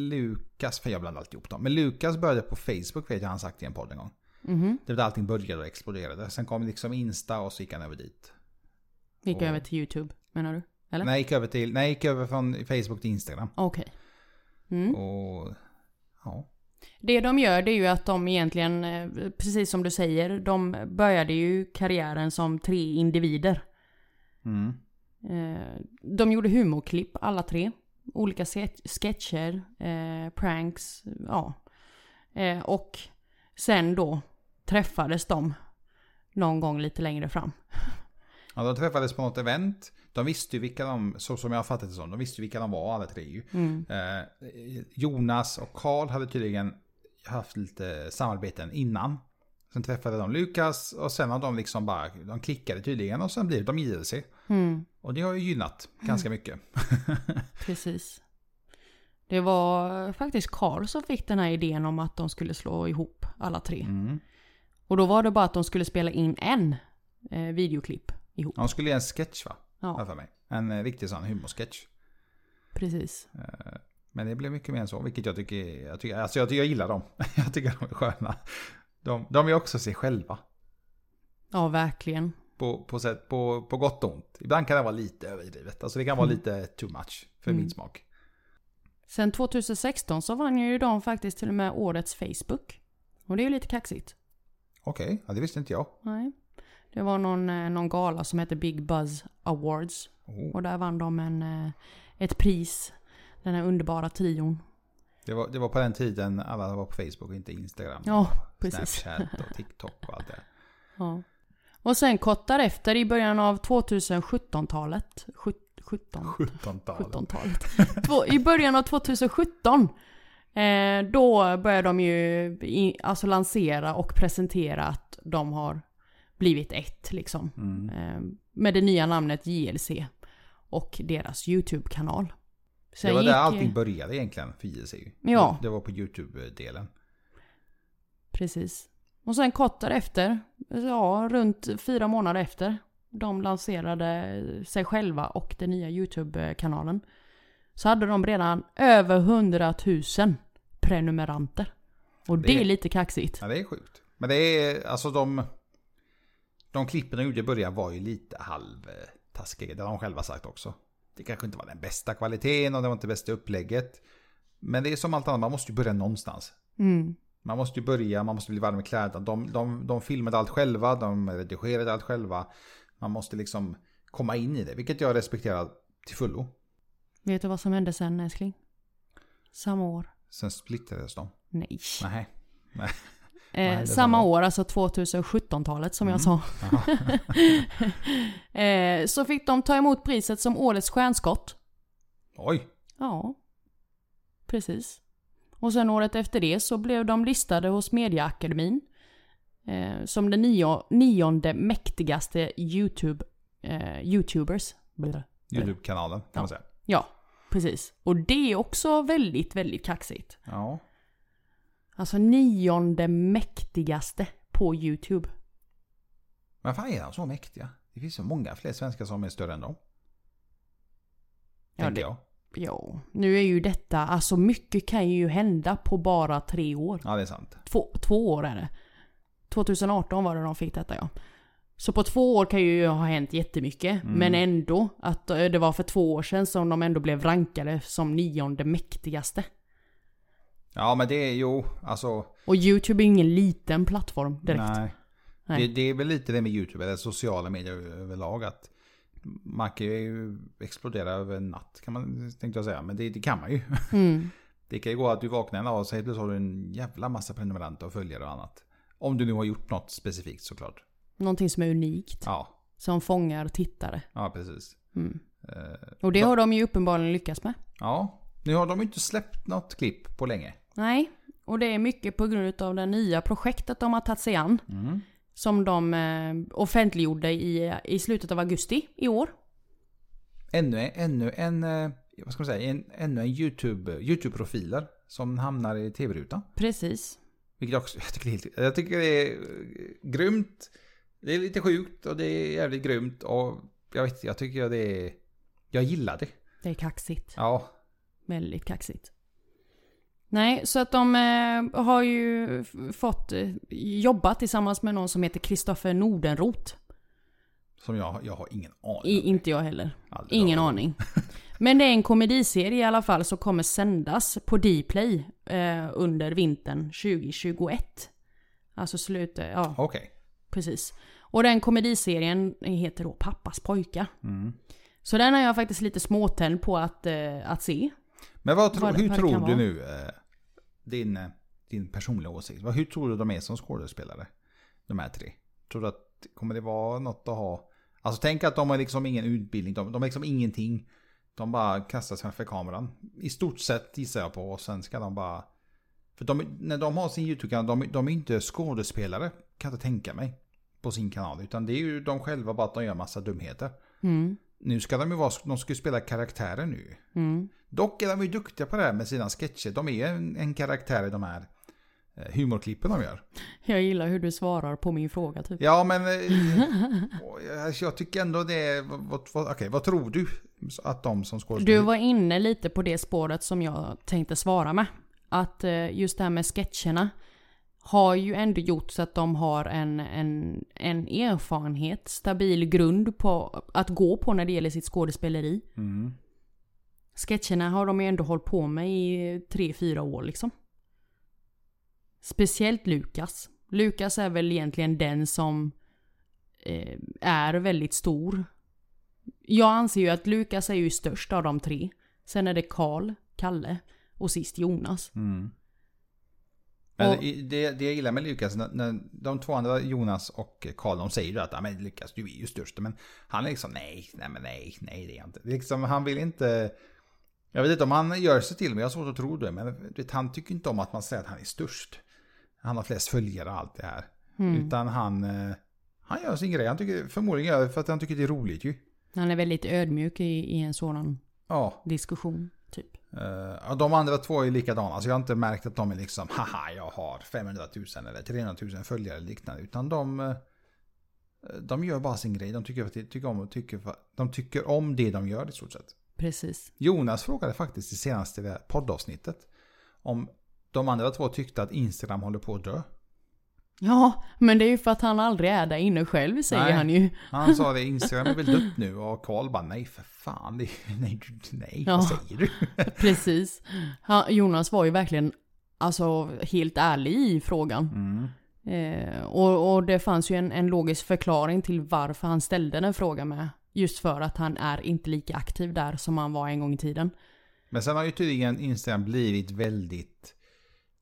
Speaker 1: Lukas, för jag blandar alltid ihop dem, men Lukas började på Facebook vet jag han sagt i en podd en gång.
Speaker 2: Mhm.
Speaker 1: Det var där allting började och exploderade. Sen kom liksom Insta och så gick han över dit.
Speaker 2: Vi går
Speaker 1: Och-
Speaker 2: över till YouTube, menar du? Eller?
Speaker 1: Nej, gick över till, nej, gick över från Facebook till Instagram.
Speaker 2: Okej. Mm.
Speaker 1: Och ja,
Speaker 2: Det de gör det är ju att de egentligen, eh, precis som du säger, de började ju karriären som tre individer.
Speaker 1: mm.
Speaker 2: Eh, De gjorde humorklipp alla tre. Olika ske- sketcher, eh, pranks, ja. Eh, Och sen då träffades de någon gång lite längre fram.
Speaker 1: Ja, de träffades på något event. De visste ju vilka de, så som jag har fattat det som, de visste ju vilka de var alla tre ju. Eh, Jonas och Karl hade tydligen haft lite samarbeten innan. Sen träffade de Lukas och sen har de liksom bara, de klickade tydligen och sen blev de JLC.
Speaker 2: Mm,
Speaker 1: Och det har ju gynnat ganska mycket.
Speaker 2: Precis. Det var faktiskt Karl som fick den här idén om att de skulle slå ihop alla tre.
Speaker 1: Mm.
Speaker 2: Och då var det bara att de skulle spela in en eh, videoklipp ihop.
Speaker 1: De skulle göra en sketch va?
Speaker 2: Ja.
Speaker 1: Har jag för mig. En eh, riktig sån humorsketch.
Speaker 2: Precis.
Speaker 1: Men det blev mycket mer än så, vilket jag tycker, är- jag tycker, alltså jag, tycker- jag gillar dem. *laughs* jag tycker de är sköna. De, de är också sig själva.
Speaker 2: Ja, verkligen.
Speaker 1: på, på, sätt, på, på gott och ont. Ibland kan det vara lite överdrivet. Alltså det kan vara
Speaker 2: Mm.
Speaker 1: lite too much för min smak.
Speaker 2: Sen 2016 så vann ju de faktiskt till och med årets Facebook. Och det är ju lite kaxigt.
Speaker 1: Okej, ja, det visste inte jag.
Speaker 2: Nej. Det var någon, eh, någon gala som hette Big Buzz Awards.
Speaker 1: Oh.
Speaker 2: Och där vann de en, eh, ett pris. Den här underbara trion.
Speaker 1: Det, var, det var på den tiden alla var på Facebook och inte Instagram.
Speaker 2: Ja,
Speaker 1: och
Speaker 2: precis.
Speaker 1: Snapchat och TikTok och allt
Speaker 2: *laughs*
Speaker 1: det.
Speaker 2: Ja. Och sen kort därefter i början av 2017-talet. sjut- 17.
Speaker 1: 17-talet.
Speaker 2: 17-talet.
Speaker 1: *laughs*
Speaker 2: Två- I början av 2017. Eh, då började de ju i, alltså lansera och presentera att de har blivit ett liksom.
Speaker 1: Mm.
Speaker 2: Eh, med det nya namnet JLC. Och deras YouTube-kanal. Sen
Speaker 1: Det var där
Speaker 2: gick-
Speaker 1: allting började egentligen för JLC. ju.
Speaker 2: Ja.
Speaker 1: Det var på YouTube-delen.
Speaker 2: Precis. Och sen kort därefter, ja runt fyra månader efter, de lanserade sig själva och den nya YouTube-kanalen. Så hade de redan över 100 000 prenumeranter. Och det,
Speaker 1: Det-
Speaker 2: är lite kaxigt.
Speaker 1: Ja, det är sjukt. Men det är alltså de... De klippen de gjorde i början var ju lite halvtaskiga. Det har de själva sagt också. Det kanske inte var den bästa kvaliteten och det var inte bästa upplägget. Men det är som allt annat, man måste ju börja någonstans.
Speaker 2: Mm.
Speaker 1: Man måste ju börja, man måste bli varm i kläderna. De, de, de filmade allt själva, de redigerade allt själva. Man måste liksom komma in i det, vilket jag respekterar till fullo.
Speaker 2: Vet du vad som hände sen älskling? Samma år.
Speaker 1: Sen splittrades de.
Speaker 2: Nej.
Speaker 1: Nej. det
Speaker 2: Eh,
Speaker 1: är
Speaker 2: samma
Speaker 1: samma.
Speaker 2: år, Mm. alltså 2017-talet som jag sa. *laughs* eh, så fick de ta emot priset som Årets Stjärnskott.
Speaker 1: Oj.
Speaker 2: Ja, precis. Och sen året efter det så blev de listade hos Mediaakademin eh, som den nio, nionde mäktigaste YouTube, eh, YouTubers. Blir-
Speaker 1: Youtube-kanalen kan
Speaker 2: Ja.
Speaker 1: man säga.
Speaker 2: Ja, precis. Och det är också väldigt, väldigt kaxigt.
Speaker 1: Ja.
Speaker 2: Alltså nionde mäktigaste på YouTube.
Speaker 1: Men fan är de så mäktiga? Det finns så många fler svenskar som är större än dem.
Speaker 2: Ja,
Speaker 1: tänker
Speaker 2: det-
Speaker 1: jag.
Speaker 2: Jo, nu är ju detta, alltså mycket kan ju hända på bara tre år.
Speaker 1: Ja, det är sant.
Speaker 2: Två, två år är det. 2018 var det de fick detta ja. Så på två år kan ju ha hänt jättemycket. Men ändå, att eh, det var för två år sedan som de ändå blev rankade som nionde mäktigaste.
Speaker 1: Ja, men det är ju, alltså...
Speaker 2: Och YouTube är ingen liten plattform direkt.
Speaker 1: Nej.
Speaker 2: Nej.
Speaker 1: Det, det är väl lite det med YouTube, eller sociala medier överlag, att man kan ju explodera över en natt kan man tänkte jag säga, men det, det kan man ju. *laughs*
Speaker 2: Mm.
Speaker 1: Det kan ju gå att du vaknar en dag och säger plötsligt har du en jävla massa prenumeranter och följare och annat. Om du nu har gjort något specifikt såklart.
Speaker 2: Någonting som är unikt.
Speaker 1: Ja,
Speaker 2: Som fångar tittare.
Speaker 1: ja precis.
Speaker 2: Mm.
Speaker 1: Eh,
Speaker 2: Och det har de ju uppenbarligen lyckats med.
Speaker 1: ja, nu har de ju inte släppt något klipp på länge.
Speaker 2: Nej, och det är mycket på grund av det nya projektet de har tagit sig an.
Speaker 1: Mm.
Speaker 2: Som de eh, offentliggjorde i, i slutet av augusti i år.
Speaker 1: Ännu, ännu en, eh, vad ska man säga, en, ännu en YouTube- YouTube-profiler som hamnar i tv-rutan.
Speaker 2: Precis.
Speaker 1: Vilket jag också, *laughs* jag tycker, det är helt, jag tycker det är eh, grymt. Det är lite sjukt och det är jävligt grymt och jag vet jag tycker det är... Jag gillar det.
Speaker 2: Det är kaxigt.
Speaker 1: Ja.
Speaker 2: Väldigt kaxigt. Nej, så att de eh, har ju f- fått eh, jobba tillsammans med någon som heter Kristoffer Nordenrot.
Speaker 1: Som jag, jag har ingen aning.
Speaker 2: I, inte jag heller.
Speaker 1: Aldrig
Speaker 2: Ingen
Speaker 1: hört.
Speaker 2: aning. Men det är en komediserie i alla fall som kommer sändas på Dplay eh, under vintern 2021. Alltså slutet, ja
Speaker 1: Okej.
Speaker 2: precis. Och den komediserien heter då Pappas pojkar.
Speaker 1: Mm.
Speaker 2: Så den är jag faktiskt lite småtänd på att, eh, att se.
Speaker 1: Men vad tro,
Speaker 2: Vad-
Speaker 1: hur
Speaker 2: vad det
Speaker 1: tror du
Speaker 2: kan vara.
Speaker 1: nu eh, din, eh, din personliga åsikt? Vad, hur tror du de är som skådespelare? De här tre. Tror du att kommer det vara något att ha? Alltså tänk att de har liksom ingen utbildning. De, de har liksom ingenting. De bara kastas framför kameran. I stort sett gissar jag på. Och sen ska de bara... För de, när de har sin YouTube-kanal, de, de är inte skådespelare. Kan jag inte tänka mig. På sin kanal. Utan det är ju de själva bara att de gör massa dumheter.
Speaker 2: Mm,
Speaker 1: Nu ska de ju vara, de ska ju spela karaktärer nu.
Speaker 2: mm,
Speaker 1: Dock är de ju duktiga på det här med sina sketcher. De är ju en, en karaktär i de här eh, humorklippen de gör.
Speaker 2: Jag gillar hur du svarar på min fråga typ.
Speaker 1: Ja, men... eh, och, eh, *laughs* jag tycker ändå det är... Vad, vad, vad- okej, vad tror du att de som
Speaker 2: Du
Speaker 1: skådespelare...
Speaker 2: var inne lite på det spåret som jag tänkte svara med. Att eh, just det här med sketcherna har ju ändå gjort så att de har en, en, en erfarenhet, stabil grund på att gå på när det gäller sitt skådespeleri.
Speaker 1: Mm.
Speaker 2: Sketcherna har de ju ändå hållit på med i tre fyra år liksom. Speciellt Lukas. Lukas är väl egentligen den som eh, är väldigt stor. Jag anser ju att Lukas är ju störst av de tre. Sen är det Karl, Kalle och sist Jonas.
Speaker 1: Mm. Men
Speaker 2: Och-
Speaker 1: i- det, det jag gillar med Lukas, när, när de två andra, Jonas och Karl, de säger ju att "Ja, men Lukas, du är ju störst. Men han är liksom nej, nej, men nej, nej det är jag inte. Det är Liksom, han vill inte... Jag vet inte om han gör sig till, men jag har svårt att tro det. Men du vet, han tycker inte om att man säger att han är störst. Han har flest följare och allt det här. Utan han, eh, han gör sin grej. Han tycker, förmodligen gör det för att han tycker det är roligt ju.
Speaker 2: Han är väldigt ödmjuk i, i en sådan
Speaker 1: Ja,
Speaker 2: diskussion. Typ.
Speaker 1: Eh, ja, de andra två är likadana, så jag har inte märkt att de är liksom haha jag har 500 000 eller 300 000 följare eller liknande. Utan de, eh, de gör bara sin grej. De tycker, tycker, om, tycker, de tycker om det de gör i stort sett.
Speaker 2: Precis.
Speaker 1: Jonas frågade faktiskt i senaste poddavsnittet om de andra två tyckte att Instagram håller på att dö.
Speaker 2: Ja, men det är ju för att han aldrig är där inne själv säger
Speaker 1: Nej.
Speaker 2: han ju. *laughs*
Speaker 1: Han sa det, Instagram är väl dött nu och Karl bara nej för fan, det, nej, du- nej vad
Speaker 2: Ja.
Speaker 1: säger du?
Speaker 2: Precis. Han, Jonas var ju verkligen alltså, helt ärlig i frågan. Eh, och, och det fanns ju en, en logisk förklaring till varför han ställde den frågan med. Just för att han är inte lika aktiv där som han var en gång i tiden.
Speaker 1: Men sen har ju tydligen Instagram blivit väldigt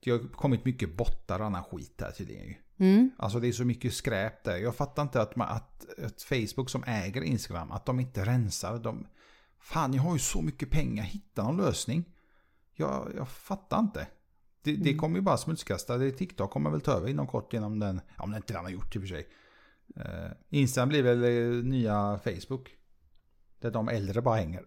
Speaker 1: Det har kommit mycket bottar och annan skit här tydligen ju.
Speaker 2: Mm.
Speaker 1: Alltså det är så mycket skräp där. Jag fattar inte att, man, att, att Facebook som äger Instagram, att de inte rensar. De, fan, jag har ju så mycket pengar. Hitta någon lösning. Jag, jag fattar inte. Det, det kommer ju bara smutskasta. Det TikTok kommer väl ta över inom kort genom den. ja, Om det inte redan har gjort i och för sig. Eh, Instagram blir väl eh, nya Facebook. Där de äldre bara hänger.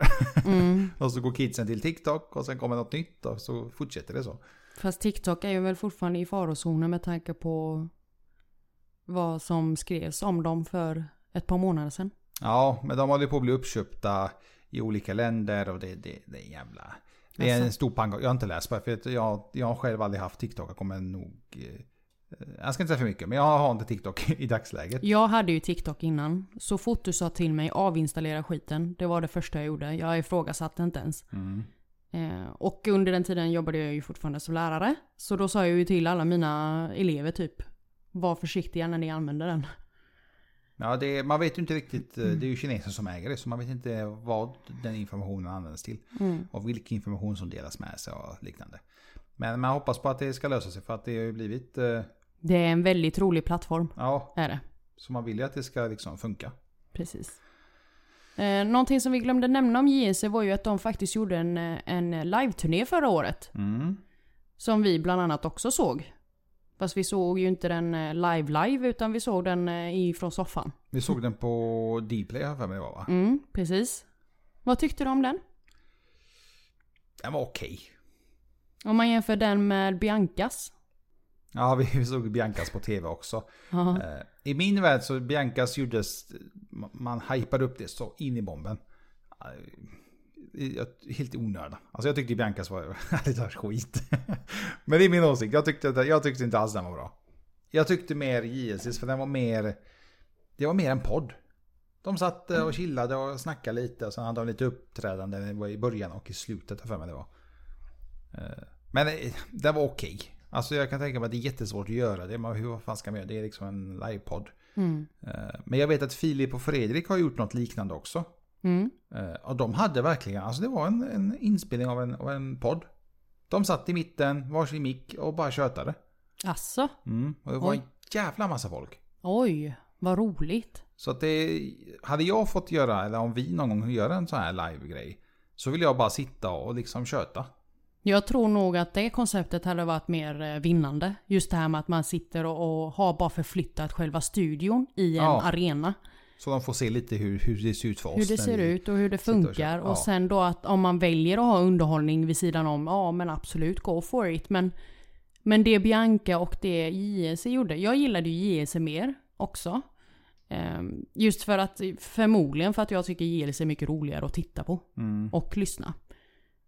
Speaker 2: Mm.
Speaker 1: och så går kidsen till TikTok och sen kommer något nytt och så fortsätter det så.
Speaker 2: Fast TikTok är ju väl fortfarande i farozonen med tanke på vad som skrevs om dem för ett par månader sedan.
Speaker 1: Ja, men de håller på att bli uppköpta i olika länder och det, det, det är en jävla... Det är en
Speaker 2: Alltså.
Speaker 1: stor pannkaka. Jag har inte läst på det, för att jag, jag har själv aldrig haft TikTok. Jag kommer nog... eh, Jag ska inte säga för mycket, men jag har inte TikTok *laughs* i dagsläget.
Speaker 2: Jag hade ju TikTok innan. Så fort du sa till mig avinstallera skiten, det var det första jag gjorde. Jag ifrågasatte inte ens.
Speaker 1: Mm.
Speaker 2: Eh, och under den tiden jobbade jag ju fortfarande som lärare. Så då sa jag ju till alla mina elever typ, var försiktiga när ni använder den.
Speaker 1: Ja, det, är- man vet ju inte riktigt. eh, Det är ju kineser som äger det, så man vet inte vad den informationen används till. Och vilken information som delas med sig och liknande. Men man hoppas på att det ska lösa sig, för att det har ju blivit... eh,
Speaker 2: Det är en väldigt rolig plattform,
Speaker 1: Ja,
Speaker 2: är det.
Speaker 1: så man vill ju att det ska liksom funka.
Speaker 2: Precis. Eh, någonting som vi glömde nämna om JNC var ju att de faktiskt gjorde en, eh, en live-turné förra året.
Speaker 1: Mm.
Speaker 2: Som vi bland annat också såg. Fast vi såg ju inte den eh, live-live utan vi såg den eh, ifrån soffan.
Speaker 1: Vi såg den på Dplay har jag för mig det var va?
Speaker 2: Mm, precis. Vad tyckte du om den?
Speaker 1: Den var okej.
Speaker 2: Om man jämför den med Biancas.
Speaker 1: Ja, vi såg Biancas på tv också.
Speaker 2: Ja.
Speaker 1: Eh, I min värld så Biancas gjordes, man hypade upp det så in i bomben. Eh, jag- Helt i onödan. Alltså jag tyckte Biancas var *laughs* lite här skit. *laughs* Men det är min åsikt. Jag tyckte, att- jag tyckte inte alls den var bra. Jag tyckte mer JSS för den var mer... Det var mer en podd. De satt eh, och chillade och snackade lite och sen hade de lite uppträdande det var i början och i slutet har jag för mig det var. Eh, Men eh, det var okej. Alltså jag kan tänka mig att det är jättesvårt att göra det. Men hur fan ska man göra? Det är liksom en livepodd.
Speaker 2: Mm.
Speaker 1: Eh, Men jag vet att Filip och Fredrik har gjort något liknande också.
Speaker 2: Mm.
Speaker 1: Eh, Och de hade verkligen, alltså det var en, en inspelning av en, av en podd. De satt i mitten, varsin mick och bara tjötade.
Speaker 2: Alltså,
Speaker 1: Mm. Och det var en
Speaker 2: Oj.
Speaker 1: jävla massa folk.
Speaker 2: oj, vad roligt.
Speaker 1: Så att det, hade jag fått göra, eller om vi någon gång gör en sån här live-grej. Så vill jag bara sitta och liksom köta.
Speaker 2: Jag tror nog att det konceptet hade varit mer eh, vinnande. Just det här med att man sitter och, och har bara förflyttat själva studion i en
Speaker 1: Ja.
Speaker 2: arena.
Speaker 1: Så de får se lite hur, hur det ser ut för oss.
Speaker 2: Hur det
Speaker 1: när
Speaker 2: ser
Speaker 1: vi-
Speaker 2: ut och hur det
Speaker 1: sitter och
Speaker 2: funkar.
Speaker 1: kör.
Speaker 2: Och,
Speaker 1: Ja.
Speaker 2: sen då att om man väljer att ha underhållning vid sidan om, ja men absolut go for it. Men, men det Bianca och det JSE gjorde, jag gillade ju JSE mer också. Ehm, Just för att, förmodligen för att jag tycker JLC är mycket roligare att titta på
Speaker 1: Mm.
Speaker 2: och lyssna.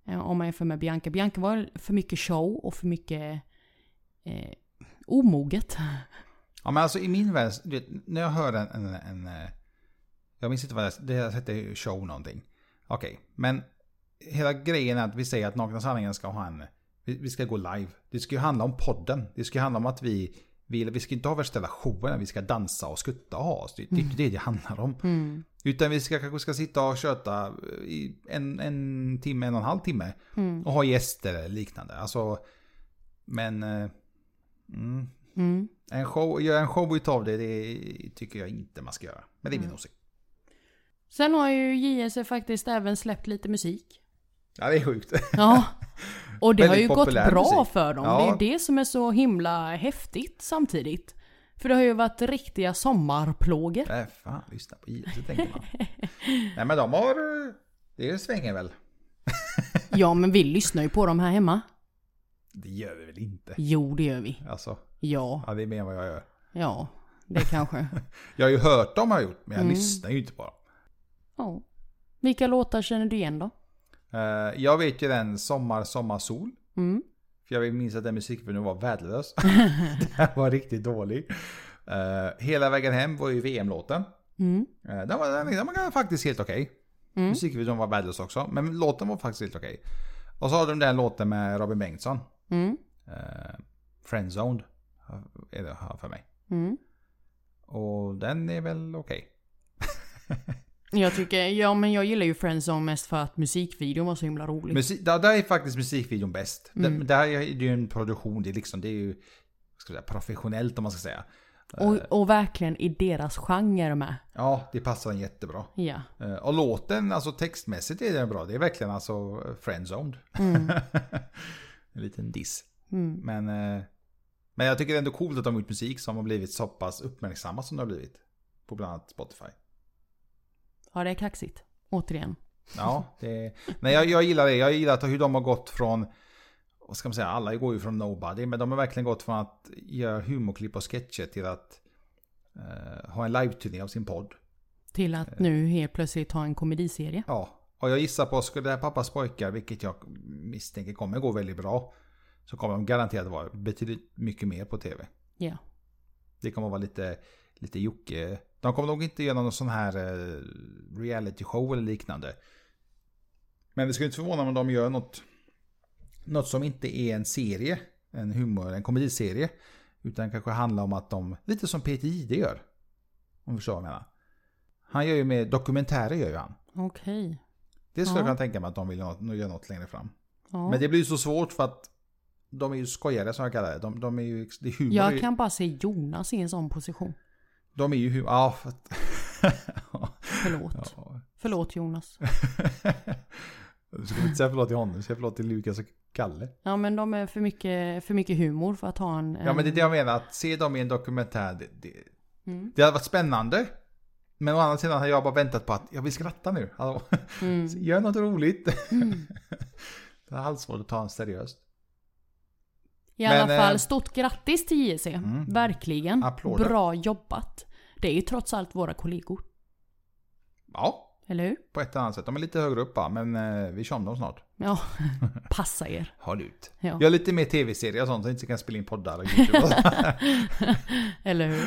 Speaker 2: Eh, Om man jämför med Bianca. Bianca var för mycket show och för mycket eh, omoget. *laughs*
Speaker 1: Ja men alltså i min värld, du vet, när jag hör en, en, en eh, Jag minns inte vad det, det hette show någonting. Okej, men hela grejen är att vi säger att Nakna Sanningen ska ha en... Vi, vi ska gå live. Det ska ju handla om podden. Det ska ju handla om att vi... Vi, vi ska inte ha värsta showen, vi ska dansa och skutta och ha oss. Det, det är inte det det handlar om. Utan vi ska kanske ska sitta och köta i en, en timme, en och en halv timme. Och ha gäster eller liknande. Alltså, men... eh, Mm,
Speaker 2: Mm.
Speaker 1: en show, göra en show utav det, det tycker jag inte man ska göra. Men det är min åsikt.
Speaker 2: Sen har ju JLC faktiskt även släppt lite musik.
Speaker 1: Ja, det är sjukt.
Speaker 2: Ja. Och det har ju
Speaker 1: Väldigt
Speaker 2: gått
Speaker 1: populär
Speaker 2: bra
Speaker 1: musik.
Speaker 2: för dem.
Speaker 1: Ja.
Speaker 2: Det är ju det som är så himla häftigt samtidigt. För det har ju varit riktiga sommarplågor.
Speaker 1: Äh, fan, lyssna på JLC tänker man. Nej, men de har... eh, Det svänger väl?
Speaker 2: Ja men vi lyssnar ju på dem här hemma.
Speaker 1: Det gör vi väl inte?
Speaker 2: Jo det gör vi.
Speaker 1: Alltså,
Speaker 2: Ja,
Speaker 1: ja, det är mer än vad jag gör.
Speaker 2: ja. Det kanske.
Speaker 1: Jag har ju hört dem har jag gjort, men jag lyssnar ju inte på dem.
Speaker 2: Ja. Vilka låtar känner du igen då?
Speaker 1: Eh, jag vet ju den Sommar, sommar, sol.
Speaker 2: Mm.
Speaker 1: För jag minns att den musikvideon var värdelös. *laughs* den var riktigt dålig. Eh, Hela vägen hem var ju VM-låten.
Speaker 2: Mm.
Speaker 1: Eh, Den var, den, den var faktiskt helt okej.
Speaker 2: Mm.
Speaker 1: Musikvideon var värdelös också, men låten var faktiskt helt okej. Och så har de den låten med Robin Bengtsson.
Speaker 2: Mm.
Speaker 1: Eh, Friendzoned. Är det här för mig.
Speaker 2: Mm.
Speaker 1: Och den är väl okej.
Speaker 2: Jag tycker, ja men jag gillar ju Friendzone mest för att musikvideon var så himla rolig.
Speaker 1: Musi- där, där är faktiskt musikvideon bäst.
Speaker 2: Mm.
Speaker 1: Där, där är det ju en produktion, det är, liksom, det är ju vad ska jag säga, professionellt om man ska säga.
Speaker 2: och, och verkligen i deras genre med.
Speaker 1: Ja, det passar den jättebra.
Speaker 2: Ja.
Speaker 1: Eh, Och låten, alltså textmässigt är den bra. Det är verkligen alltså eh, friendzoned.
Speaker 2: Mm.
Speaker 1: *laughs* en liten diss. Men, eh, men jag tycker det är ändå coolt att de har gjort musik som har blivit så pass uppmärksammat som det har blivit. På bland annat Spotify.
Speaker 2: Ja, det är kaxigt. Återigen.
Speaker 1: Ja, det, nej, jag, jag gillar det. Jag gillar att hur de har gått från, vad ska man säga, alla går ju från nobody, men de har verkligen gått från att göra humorklipp och sketcher till att eh, ha en live-turné av sin podd.
Speaker 2: Till
Speaker 1: Eh.
Speaker 2: att nu helt plötsligt ha en komediserie.
Speaker 1: Ja, och jag gissar på, skulle det här pappas pojkar, vilket jag misstänker kommer gå väldigt bra, så kommer de garanterat vara betydligt mycket mer på tv.
Speaker 2: Ja.
Speaker 1: Det kommer vara lite, lite Jocke. De kommer nog inte göra någon sån här eh, reality show eller liknande. Men det skulle inte förvåna mig om de gör något, något som inte är en serie, en humor, en komediserie. Utan kanske handlar om att de, lite som Peter Jihde gör. Om du förstår vad jag menar. Han gör ju med dokumentärer gör ju han.
Speaker 2: Okej.
Speaker 1: Det skulle
Speaker 2: Ja.
Speaker 1: jag kunna tänka mig att de vill nå- nå- göra något längre fram.
Speaker 2: Ja.
Speaker 1: Men det blir ju så svårt för att de är ju skojare som jag kallar det. De, de är ju... Det är humor,
Speaker 2: Jag kan bara se Jonas i en sån position.
Speaker 1: De är ju humor... Ja, för att...
Speaker 2: Förlåt.
Speaker 1: ja.
Speaker 2: Förlåt Jonas.
Speaker 1: *laughs* Du ska inte säga förlåt till honom, säg förlåt till Lukas och Kalle.
Speaker 2: Ja men de är för mycket, för mycket humor för att ha en...
Speaker 1: Ja men det är det jag menar, att se dem i en dokumentär, det, det,
Speaker 2: Mm.
Speaker 1: det hade varit spännande. Men å andra sidan har jag bara väntat på att jag vill skratta nu. Hallå. *laughs*
Speaker 2: Mm.
Speaker 1: Gör något roligt. *laughs* Det är alls svårt att ta en seriöst.
Speaker 2: I
Speaker 1: Men,
Speaker 2: alla fall,
Speaker 1: eh, Mm.
Speaker 2: stort grattis till JC. Verkligen.
Speaker 1: Applåder.
Speaker 2: Bra jobbat. Det är ju trots allt våra kollegor.
Speaker 1: Ja,
Speaker 2: Eller hur?
Speaker 1: på ett eller annat sätt. De är lite högre upp va, men eh, vi kör om dem snart. *laughs*
Speaker 2: Ja, passa er.
Speaker 1: Håll ut.
Speaker 2: Ja.
Speaker 1: Gör lite mer tv-serier och sånt så jag inte kan spela in poddar och YouTube. *laughs*
Speaker 2: Eller hur?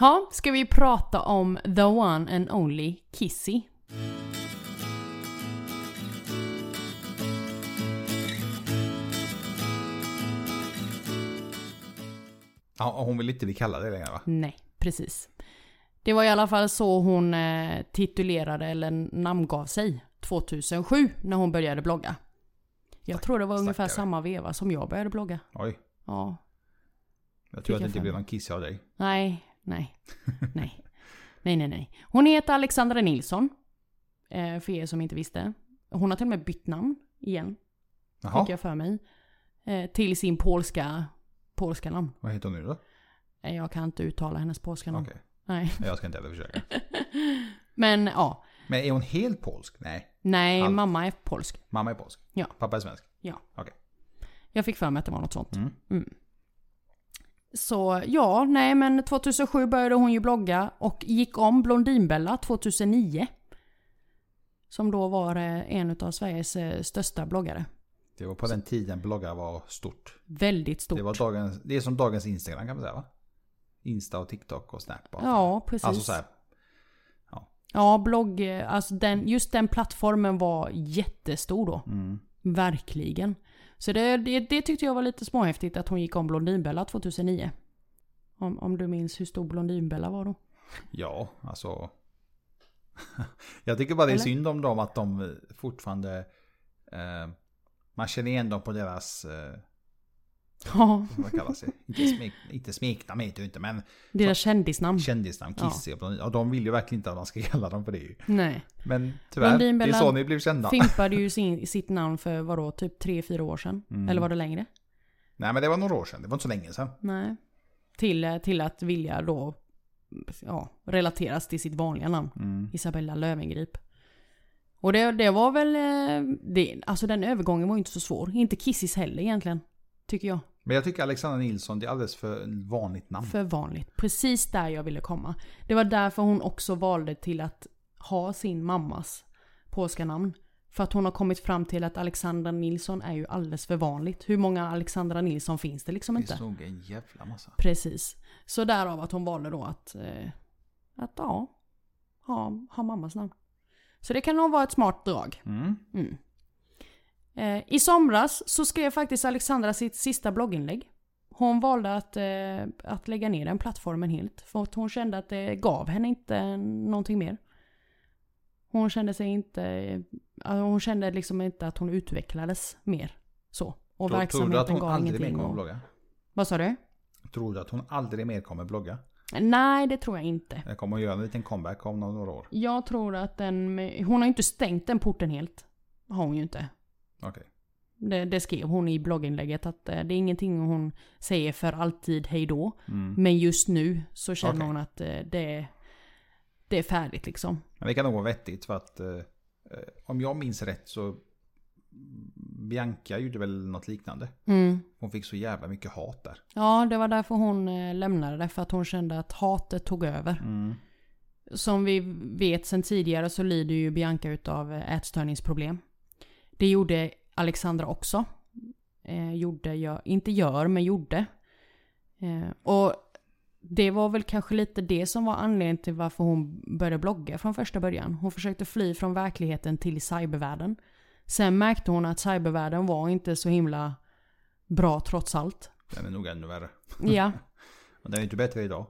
Speaker 2: Ja, ska vi prata om the one and only Kissy?
Speaker 1: ja, och hon vill inte bli kallad det längre va?
Speaker 2: Nej, precis. Det var i alla fall så hon eh, titulerade eller namngav sig 2007 när hon började blogga. Jag tror det var ungefär
Speaker 1: stackare.
Speaker 2: samma veva som jag började blogga.
Speaker 1: Oj,
Speaker 2: Ja,
Speaker 1: jag
Speaker 2: Fick
Speaker 1: tror att det
Speaker 2: jag
Speaker 1: inte blir
Speaker 2: fan.
Speaker 1: någon kiss av dig.
Speaker 2: Nej, nej,
Speaker 1: *laughs*
Speaker 2: nej. Nej, nej, nej. Hon heter Alexandra Nilsson. Eh, för er som inte visste. Hon har till och med bytt namn igen,
Speaker 1: Jaha,
Speaker 2: fick jag för mig. Eh, till sin polska, polska namn.
Speaker 1: vad heter hon nu då?
Speaker 2: Eh, jag kan inte uttala hennes polska namn.
Speaker 1: Okej,
Speaker 2: Nej.
Speaker 1: Nej, jag ska inte heller försöka.
Speaker 2: Men ja,
Speaker 1: Men är hon helt polsk? Nej,
Speaker 2: nej,
Speaker 1: Allt.
Speaker 2: mamma är polsk.
Speaker 1: mamma är polsk.
Speaker 2: Ja.
Speaker 1: Pappa är svensk.
Speaker 2: Jag fick för mig att det var något sånt.
Speaker 1: Mm.
Speaker 2: Mm. Så ja, nej men 2007 började hon ju blogga och gick om Blondinbella 2009. Som då var eh, en av Sveriges eh, största bloggare.
Speaker 1: Det var på den tiden bloggar var stort.
Speaker 2: Väldigt stort.
Speaker 1: Det, var dagens, det är som dagens Instagram kan man säga va? Insta och TikTok och Snap. Och
Speaker 2: Ja, precis.
Speaker 1: Alltså så här,
Speaker 2: Ja, blogg, eh, alltså den, just den plattformen var jättestor då.
Speaker 1: Mm.
Speaker 2: Verkligen. Så det, det, det tyckte jag var lite småhäftigt att hon gick om Blondinbella 2009. Om, om du minns hur stor
Speaker 1: *laughs*
Speaker 2: Blondinbella var då.
Speaker 1: ja, alltså. *laughs* jag tycker bara det är
Speaker 2: Eller?
Speaker 1: synd om dem att de fortfarande... Eh, man känner igen dem på deras... Eh,
Speaker 2: Ja,
Speaker 1: vad kallas
Speaker 2: *laughs*
Speaker 1: det? inte, smek, inte smeknamn heter det ju inte, men
Speaker 2: deras kändisnamn.
Speaker 1: kändisnamn,
Speaker 2: Ja.
Speaker 1: Kissy och Blondin. Och de vill ju verkligen inte att man ska kalla dem för det ju.
Speaker 2: Nej.
Speaker 1: Men tyvärr, det är
Speaker 2: Blondinbella
Speaker 1: så ni blev kända.
Speaker 2: *laughs* Fimpade ju sin, sitt namn för vadå, typ 3-4 år sedan. Eller var det längre?
Speaker 1: Nej men det var några år sedan, det var inte så länge sedan.
Speaker 2: Nej. Till, eh, till att vilja då ja, relateras till sitt vanliga namn.
Speaker 1: Mm.
Speaker 2: Isabella Löwengrip. Och det, det var väl, eh, det, alltså den övergången var ju inte så svår. Inte Kissis heller egentligen. Tycker jag.
Speaker 1: Men jag tycker Alexandra Nilsson, det är alldeles för vanligt namn.
Speaker 2: För vanligt. Precis där jag ville komma. Det var därför hon också valde till att ha sin mammas polska namn. För att hon har kommit fram till att Alexandra Nilsson är ju alldeles för vanligt. Hur många Alexandra Nilsson finns det liksom
Speaker 1: Det
Speaker 2: inte?
Speaker 1: är nog en jävla massa.
Speaker 2: Precis. Så därav att hon valde då att, eh, att ja, ha, ha mammas namn. Så det kan nog vara ett smart drag.
Speaker 1: Mm.
Speaker 2: Mm. Eh, I somras så skrev faktiskt Alexandra sitt sista blogginlägg. Hon valde att, eh, att lägga ner den plattformen helt. För att hon kände att det gav henne inte någonting mer. Hon kände sig inte, alltså hon kände liksom inte att hon utvecklades mer. Så.
Speaker 1: Tror, tror
Speaker 2: Och
Speaker 1: du att
Speaker 2: verksamheten
Speaker 1: hon
Speaker 2: gav
Speaker 1: aldrig mer
Speaker 2: ingenting.
Speaker 1: kommer
Speaker 2: Och,
Speaker 1: blogga?
Speaker 2: vad sa du?
Speaker 1: Tror du att hon aldrig mer kommer blogga?
Speaker 2: Nej, det tror jag inte.
Speaker 1: Jag kommer att göra en liten comeback om några år.
Speaker 2: Jag tror att den, hon har ju inte stängt den porten helt. Har hon ju inte.
Speaker 1: Okej.
Speaker 2: Det, det skrev hon i blogginlägget att eh, det är ingenting hon säger för alltid hejdå.
Speaker 1: Mm.
Speaker 2: Men just nu så känner
Speaker 1: Okej.
Speaker 2: hon att eh, det, det är färdigt liksom.
Speaker 1: Men det kan nog vara vettigt för att eh, eh, om jag minns rätt så Bianca gjorde väl något liknande. Hon fick så jävla mycket hat där.
Speaker 2: Mm. Ja, det var därför hon eh, lämnade det. För att hon kände att hatet tog över. Som vi vet sen tidigare så lider ju Bianca utav eh, ätstörningsproblem. Det gjorde Alexandra också. Eh, gjorde jag, inte gör, men gjorde. Eh, och det var väl kanske lite det som var anledningen till varför hon började blogga från första början. Hon försökte fly från verkligheten till cybervärlden. Sen märkte hon att cybervärlden var inte så himla bra trots allt.
Speaker 1: Den är nog ännu värre.
Speaker 2: Ja.
Speaker 1: Men den är inte bättre idag.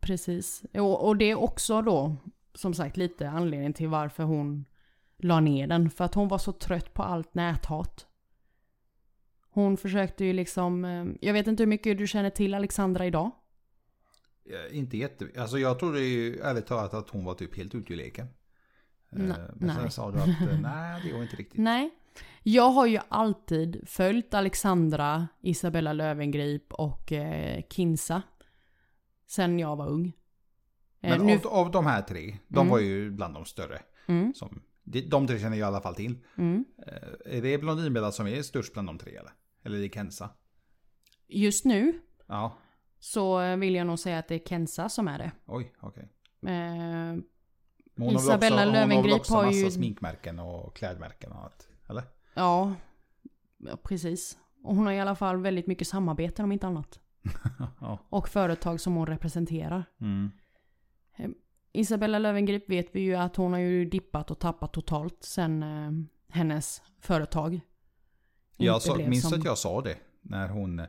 Speaker 2: Precis. Och, och det är också då, som sagt, lite anledningen till varför hon la ner den. För att hon var så trött på allt näthat. Hon försökte ju liksom, eh, jag vet inte hur mycket du känner till Alexandra idag.
Speaker 1: Eh, Inte jätte... Alltså jag trodde ju ärligt talat att hon var typ helt ute i leken. Eh,
Speaker 2: Nå-
Speaker 1: Men
Speaker 2: nej.
Speaker 1: sen sa du att
Speaker 2: *laughs*
Speaker 1: eh, nej, det var inte riktigt.
Speaker 2: Nej. Jag har ju alltid följt Alexandra, Isabella Lövengrip och eh, Kinsa. Sen jag var ung. Eh,
Speaker 1: Men
Speaker 2: nu,
Speaker 1: av, av de här tre, de
Speaker 2: Mm.
Speaker 1: var ju bland de större.
Speaker 2: mm,
Speaker 1: Som, de, de tre känner jag i alla fall till.
Speaker 2: mm.
Speaker 1: Eh, Är det Blondinbella som är störst bland de tre eller? Eller är det Kenza?
Speaker 2: Just nu
Speaker 1: Ja,
Speaker 2: så eh, vill jag nog säga att det är Kensa som är det.
Speaker 1: oj, okej.
Speaker 2: Eh,
Speaker 1: Men hon har väl
Speaker 2: Isabella
Speaker 1: också- hon har väl
Speaker 2: Löwengrip
Speaker 1: också
Speaker 2: har
Speaker 1: massa
Speaker 2: ju-
Speaker 1: sminkmärken och klädmärken och allt. *laughs* Eller?
Speaker 2: Ja, ja, precis. Och hon har i alla fall väldigt mycket samarbeten om inte annat.
Speaker 1: ja.
Speaker 2: Och företag som hon representerar.
Speaker 1: Mm.
Speaker 2: Isabella Löwengrip vet vi ju att hon har ju dippat och tappat totalt sen eh, hennes företag.
Speaker 1: Jag
Speaker 2: inte
Speaker 1: sa,
Speaker 2: blev
Speaker 1: minns
Speaker 2: som-
Speaker 1: att jag sa det när hon,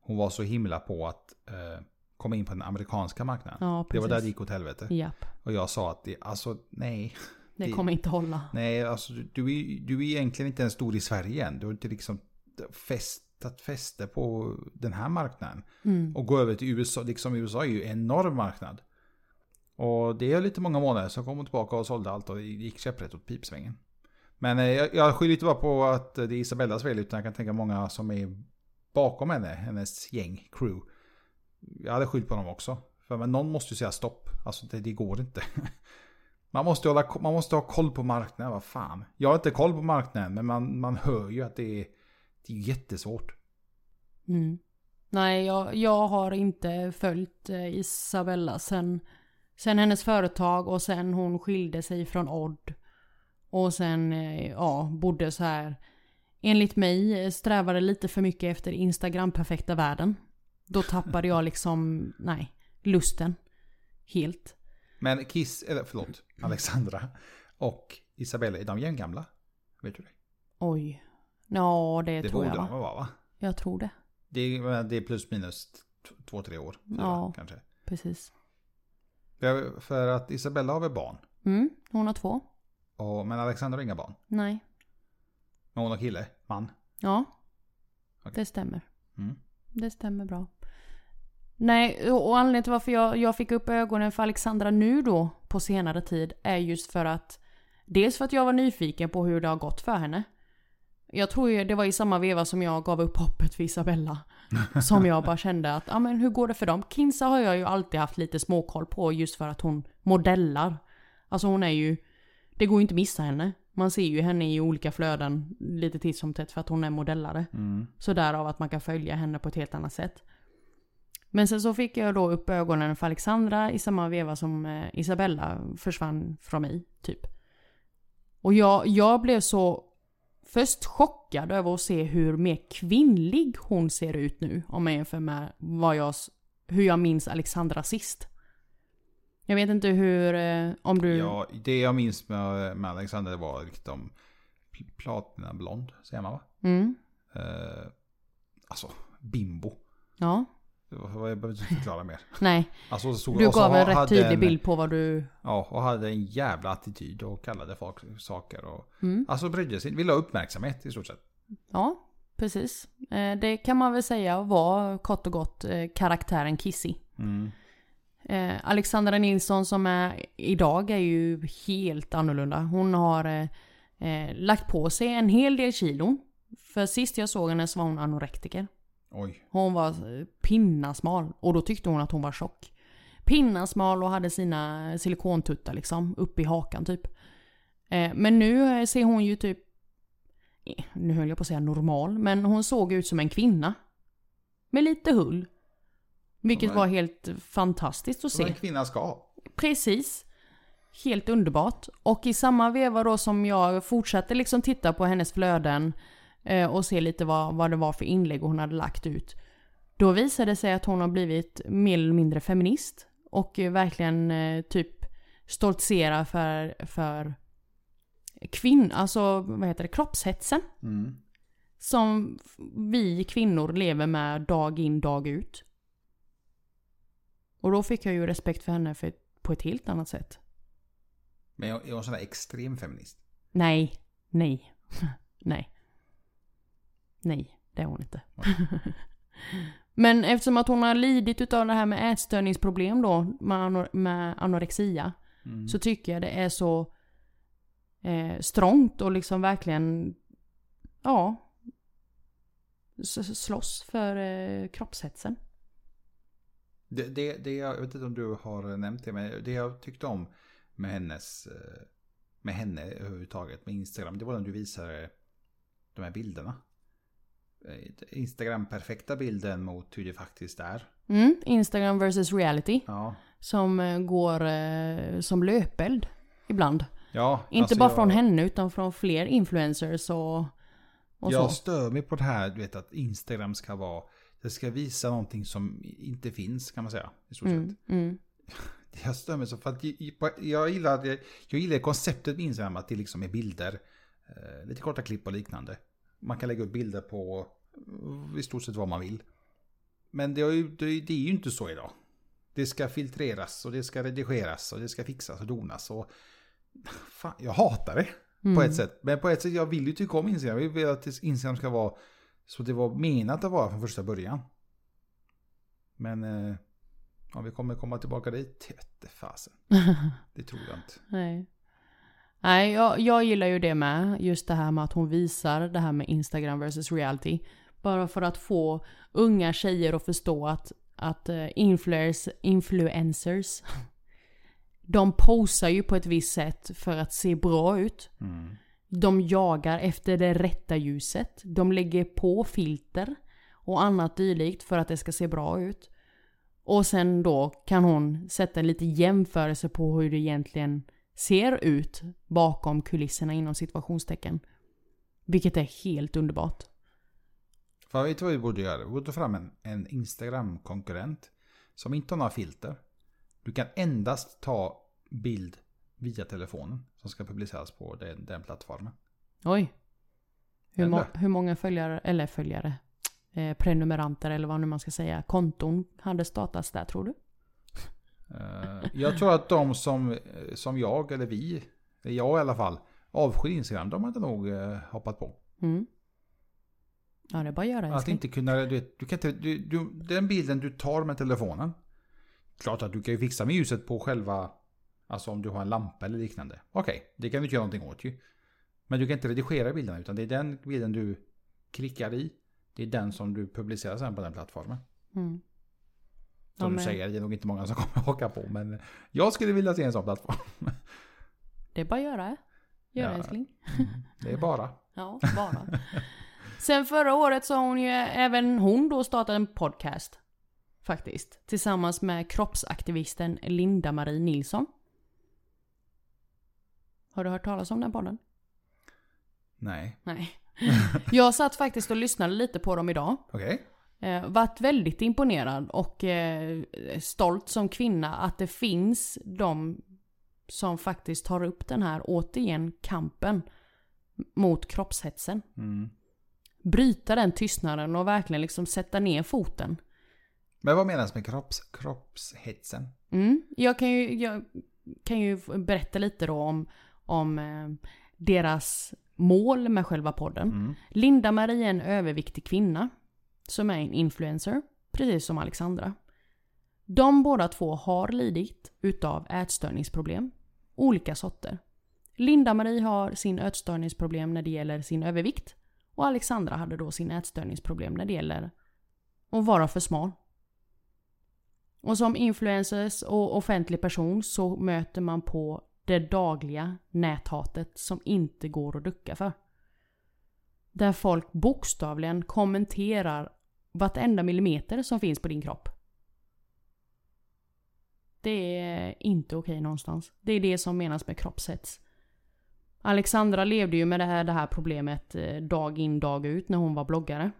Speaker 1: hon var så himla på att eh, komma in på den amerikanska marknaden.
Speaker 2: Ja,
Speaker 1: det
Speaker 2: precis.
Speaker 1: var där det gick åt helvete.
Speaker 2: Japp,
Speaker 1: Och jag sa att det, alltså nej.
Speaker 2: det,
Speaker 1: Det-
Speaker 2: kommer inte hålla.
Speaker 1: Nej, alltså du, du, är, du är egentligen inte ens stor i Sverige än. Du har inte liksom fästat fäste på den här marknaden.
Speaker 2: Mm.
Speaker 1: Och gå över till USA, liksom USA är ju en enorm marknad. Och det är lite många månader, så kom hon tillbaka och sålde allt och det gick käpprätt åt pipsvängen. Men eh, jag, jag skyller inte bara på att det är Isabellas fel, utan jag kan tänka många som är bakom henne, hennes gäng, crew. Jag hade skyllt på dem också. För, men någon måste ju säga stopp, alltså det, det går inte. *laughs* Man måste, hålla, ko- man måste ha koll på marknaden, vad fan. Jag har inte koll på marknaden, men man, man hör ju att det är, det är jättesvårt.
Speaker 2: Mm. Nej, jag, jag har inte följt eh, Isabella sen, sen hennes företag och sen hon skilde sig från Odd. Och sen, eh, ja, bodde så här. Enligt mig eh, strävade lite för mycket efter Instagram-perfekta världen. Då tappade jag liksom, nej, lusten. Helt.
Speaker 1: Men Kiss, eller förlåt, Alexandra och Isabella, är de jämngamla? Vet du det?
Speaker 2: Oj. Ja, det,
Speaker 1: Det
Speaker 2: tror
Speaker 1: borde
Speaker 2: jag.
Speaker 1: de
Speaker 2: Va?
Speaker 1: vara va?
Speaker 2: Jag tror det.
Speaker 1: Det är, eh, det är plus minus t- två, tre år. Fyra,
Speaker 2: Ja.
Speaker 1: kanske.
Speaker 2: Precis.
Speaker 1: För- För att Isabella har väl barn?
Speaker 2: Mm, hon har två.
Speaker 1: Och, men Alexandra har inga barn.
Speaker 2: Nej.
Speaker 1: Men hon har kille, man.
Speaker 2: Ja,
Speaker 1: Okej.
Speaker 2: det stämmer.
Speaker 1: Mm.
Speaker 2: Det stämmer bra. Nej, och och anledningen till varför jag, jag fick upp ögonen för Alexandra nu då på senare tid är just för att dels för att jag var nyfiken på hur det har gått för henne. Jag tror ju det var i samma veva som jag gav upp hoppet för
Speaker 1: *laughs*
Speaker 2: Isabella. Som jag bara kände att, ja men hur går det för dem? Kinsa har jag ju alltid haft lite småkoll på just för att hon modellar. Alltså hon är ju, det går ju inte att missa henne. Man ser ju henne i olika flöden lite titt som tätt för att hon är modellare.
Speaker 1: Mm.
Speaker 2: Så därav att man kan följa henne på ett helt annat sätt. Men sen så fick jag då upp ögonen för Alexandra i samma veva som eh, Isabella försvann från mig, typ. Och jag, jag blev så först chockad över att se hur mer kvinnlig hon ser ut nu om man jämför med vad jag, s- hur jag minns Alexandra sist. Jag vet inte hur, eh, om du...
Speaker 1: Ja, det jag minns med, med Alexandra var liksom pl- platinablond, säger man va?
Speaker 2: Mm,
Speaker 1: Eh, alltså, bimbo.
Speaker 2: ja.
Speaker 1: Jag behöver inte förklara mer.
Speaker 2: Nej,
Speaker 1: Alltså, så såg,
Speaker 2: du
Speaker 1: och så
Speaker 2: gav en
Speaker 1: ha-
Speaker 2: rätt
Speaker 1: hade
Speaker 2: tydlig
Speaker 1: en-
Speaker 2: bild på vad du...
Speaker 1: Ja, och hade en jävla attityd och kallade folk saker. Och,
Speaker 2: Mm.
Speaker 1: Alltså brydde sig Ville ha uppmärksamhet i stort sett.
Speaker 2: Ja, precis. Eh, Det kan man väl säga var kort och gott eh, karaktären Kissy.
Speaker 1: Mm.
Speaker 2: Eh, Alexandra Nilsson som är idag är ju helt annorlunda. Hon har eh, eh, lagt på sig en hel del kilon. För sist jag såg henne så var hon anorektiker.
Speaker 1: Oj.
Speaker 2: Hon var eh, pinnasmal och då tyckte hon att hon var tjock. Pinnasmal och hade sina silikontuttar liksom upp i hakan typ. Eh, men nu eh, ser hon ju typ, eh, nu höll jag på att säga normal, men hon såg ut som en kvinna. Med lite hull. Vilket
Speaker 1: Som en-
Speaker 2: var helt fantastiskt att
Speaker 1: Som en
Speaker 2: se.
Speaker 1: kvinna ska ha.
Speaker 2: Precis. Helt underbart. Och i samma veva då som jag fortsatte liksom titta på hennes flöden eh, och se lite vad, vad det var för inlägg hon hade lagt ut. Då visade det sig att hon har blivit mer eller mindre feminist. Och eh, verkligen eh, typ stoltserar för, för kvinn, alltså vad heter det, kroppshetsen.
Speaker 1: Mm.
Speaker 2: Som f- vi kvinnor lever med dag in, dag ut. Och då fick jag ju respekt för henne för, på ett helt annat sätt.
Speaker 1: Men jag är en sån där extrem feminist.
Speaker 2: Nej, nej, *laughs* nej. Nej, det är hon inte. *laughs* Men eftersom att hon har lidit utav det här med ätstörningsproblem då, med, anor- med anorexia,
Speaker 1: Mm.
Speaker 2: så tycker jag det är så eh, strångt och liksom verkligen, ja, s- slåss för eh, kroppshetsen.
Speaker 1: Det, det, det jag, jag vet inte om du har nämnt det, men det jag tyckte om med hennes... eh, Med henne överhuvudtaget, med Instagram, det var när du visade de här bilderna. Eh, Instagram-perfekta bilden mot hur det faktiskt är.
Speaker 2: Mm, Instagram versus reality,
Speaker 1: Ja,
Speaker 2: som eh, går eh, som löpeld ibland.
Speaker 1: ja
Speaker 2: Inte
Speaker 1: alltså
Speaker 2: bara
Speaker 1: jag-
Speaker 2: från henne utan från fler influencers och, och
Speaker 1: jag
Speaker 2: så.
Speaker 1: stör mig på det här, du vet att Instagram ska vara... Det ska visa någonting som inte finns kan man säga. I stort
Speaker 2: Mm,
Speaker 1: sett.
Speaker 2: mm,
Speaker 1: Jag stör mig så för att i- i- på- jag gillar, jag, jag gillar konceptet med Instagram att det liksom är bilder. eh, Lite korta klipp och liknande. Man kan lägga upp bilder på eh, i stort sett vad man vill. Men det är ju, det är det är ju inte så idag. Det ska filtreras och det ska redigeras och det ska fixas och donas. Och, *laughs* fan, jag hatar det
Speaker 2: mm.
Speaker 1: på ett sätt. Men på ett sätt, jag vill ju tycka om Instagram. Jag vill att Instagram ska vara så det var menat att vara från första början. Men eh, ja, vi kommer komma tillbaka dit. Jätte fasen. Det tror jag inte.
Speaker 2: nej. Nej, jag, jag gillar ju det med. Just det här med att hon visar det här med Instagram versus reality. Bara för att få unga tjejer att förstå att, att eh, influers, influencers *laughs* de posar ju på ett visst sätt för att se bra ut.
Speaker 1: Mm.
Speaker 2: De jagar efter det rätta ljuset. De lägger på filter och annat dylikt för att det ska se bra ut. Och sen då kan hon sätta en liten jämförelse på hur det egentligen ser ut bakom kulisserna inom situationstecken. Vilket är helt underbart.
Speaker 1: För vet du vad vi borde göra? Vi borde ta fram en, en Instagram-konkurrent som inte har några filter. Du kan endast ta bild via telefonen som ska publiceras på den, den plattformen.
Speaker 2: Oj. Hur,
Speaker 1: Eller?
Speaker 2: må- hur många följare, eller följare, eh, prenumeranter eller vad nu man ska säga, konton hade startats där tror du?
Speaker 1: Eh, Jag tror att de som, eh, som jag, eller vi, eller jag i alla fall, avskyr Instagram, de har inte nog eh, hoppat på.
Speaker 2: Mm. Ja, det är bara att göra
Speaker 1: Att
Speaker 2: älskling.
Speaker 1: inte kunna, du, vet, du kan inte, du, du, den bilden du tar med telefonen, klart att du kan ju fixa med ljuset på själva, alltså om du har en lampa eller liknande. Okej, det kan du inte göra någonting åt ju. Men du kan inte redigera bilderna utan det är den bilden du klickar i, det är den som du publicerar sen på den plattformen.
Speaker 2: Mm. Ja,
Speaker 1: Som
Speaker 2: men-
Speaker 1: du säger, det är nog inte många som kommer *laughs* haka på men jag skulle vilja se en sån plattform.
Speaker 2: Det är bara att göra. Göra
Speaker 1: Ja.
Speaker 2: älskling.
Speaker 1: Det är bara.
Speaker 2: Ja, bara. Sen förra året så har hon ju även hon då startat en podcast. Faktiskt. Tillsammans med kroppsaktivisten Linda-Marie Nilsson. Har du hört talas om den podden?
Speaker 1: Nej.
Speaker 2: Nej. Jag satt faktiskt och lyssnade lite på dem idag.
Speaker 1: Okej.
Speaker 2: Eh, varit väldigt imponerad och eh, stolt som kvinna att det finns de som faktiskt tar upp den här, återigen, kampen mot kroppshetsen.
Speaker 1: Mm.
Speaker 2: Bryta den tystnaden och verkligen liksom sätta ner foten.
Speaker 1: Men vad menas med kropps, kroppshetsen?
Speaker 2: Mm. Jag, kan ju, jag kan ju berätta lite då om, om eh, deras mål med själva podden.
Speaker 1: Mm.
Speaker 2: Linda Marie är en överviktig kvinna som är en influencer, precis som Alexandra. De båda två har lidit utav ätstörningsproblem, olika sorter. Linda Marie har sin ätstörningsproblem när det gäller sin övervikt och Alexandra hade då sin ätstörningsproblem när det gäller att vara för smal. Och som influencers och offentlig person så möter man på det dagliga näthatet som inte går att ducka för. Där folk bokstavligen kommenterar vartenda millimeter som finns på din kropp. Det är inte okej någonstans. Det är det som menas med kroppshets. Alexandra levde ju med det här, det här problemet eh, dag in dag ut när hon var bloggare.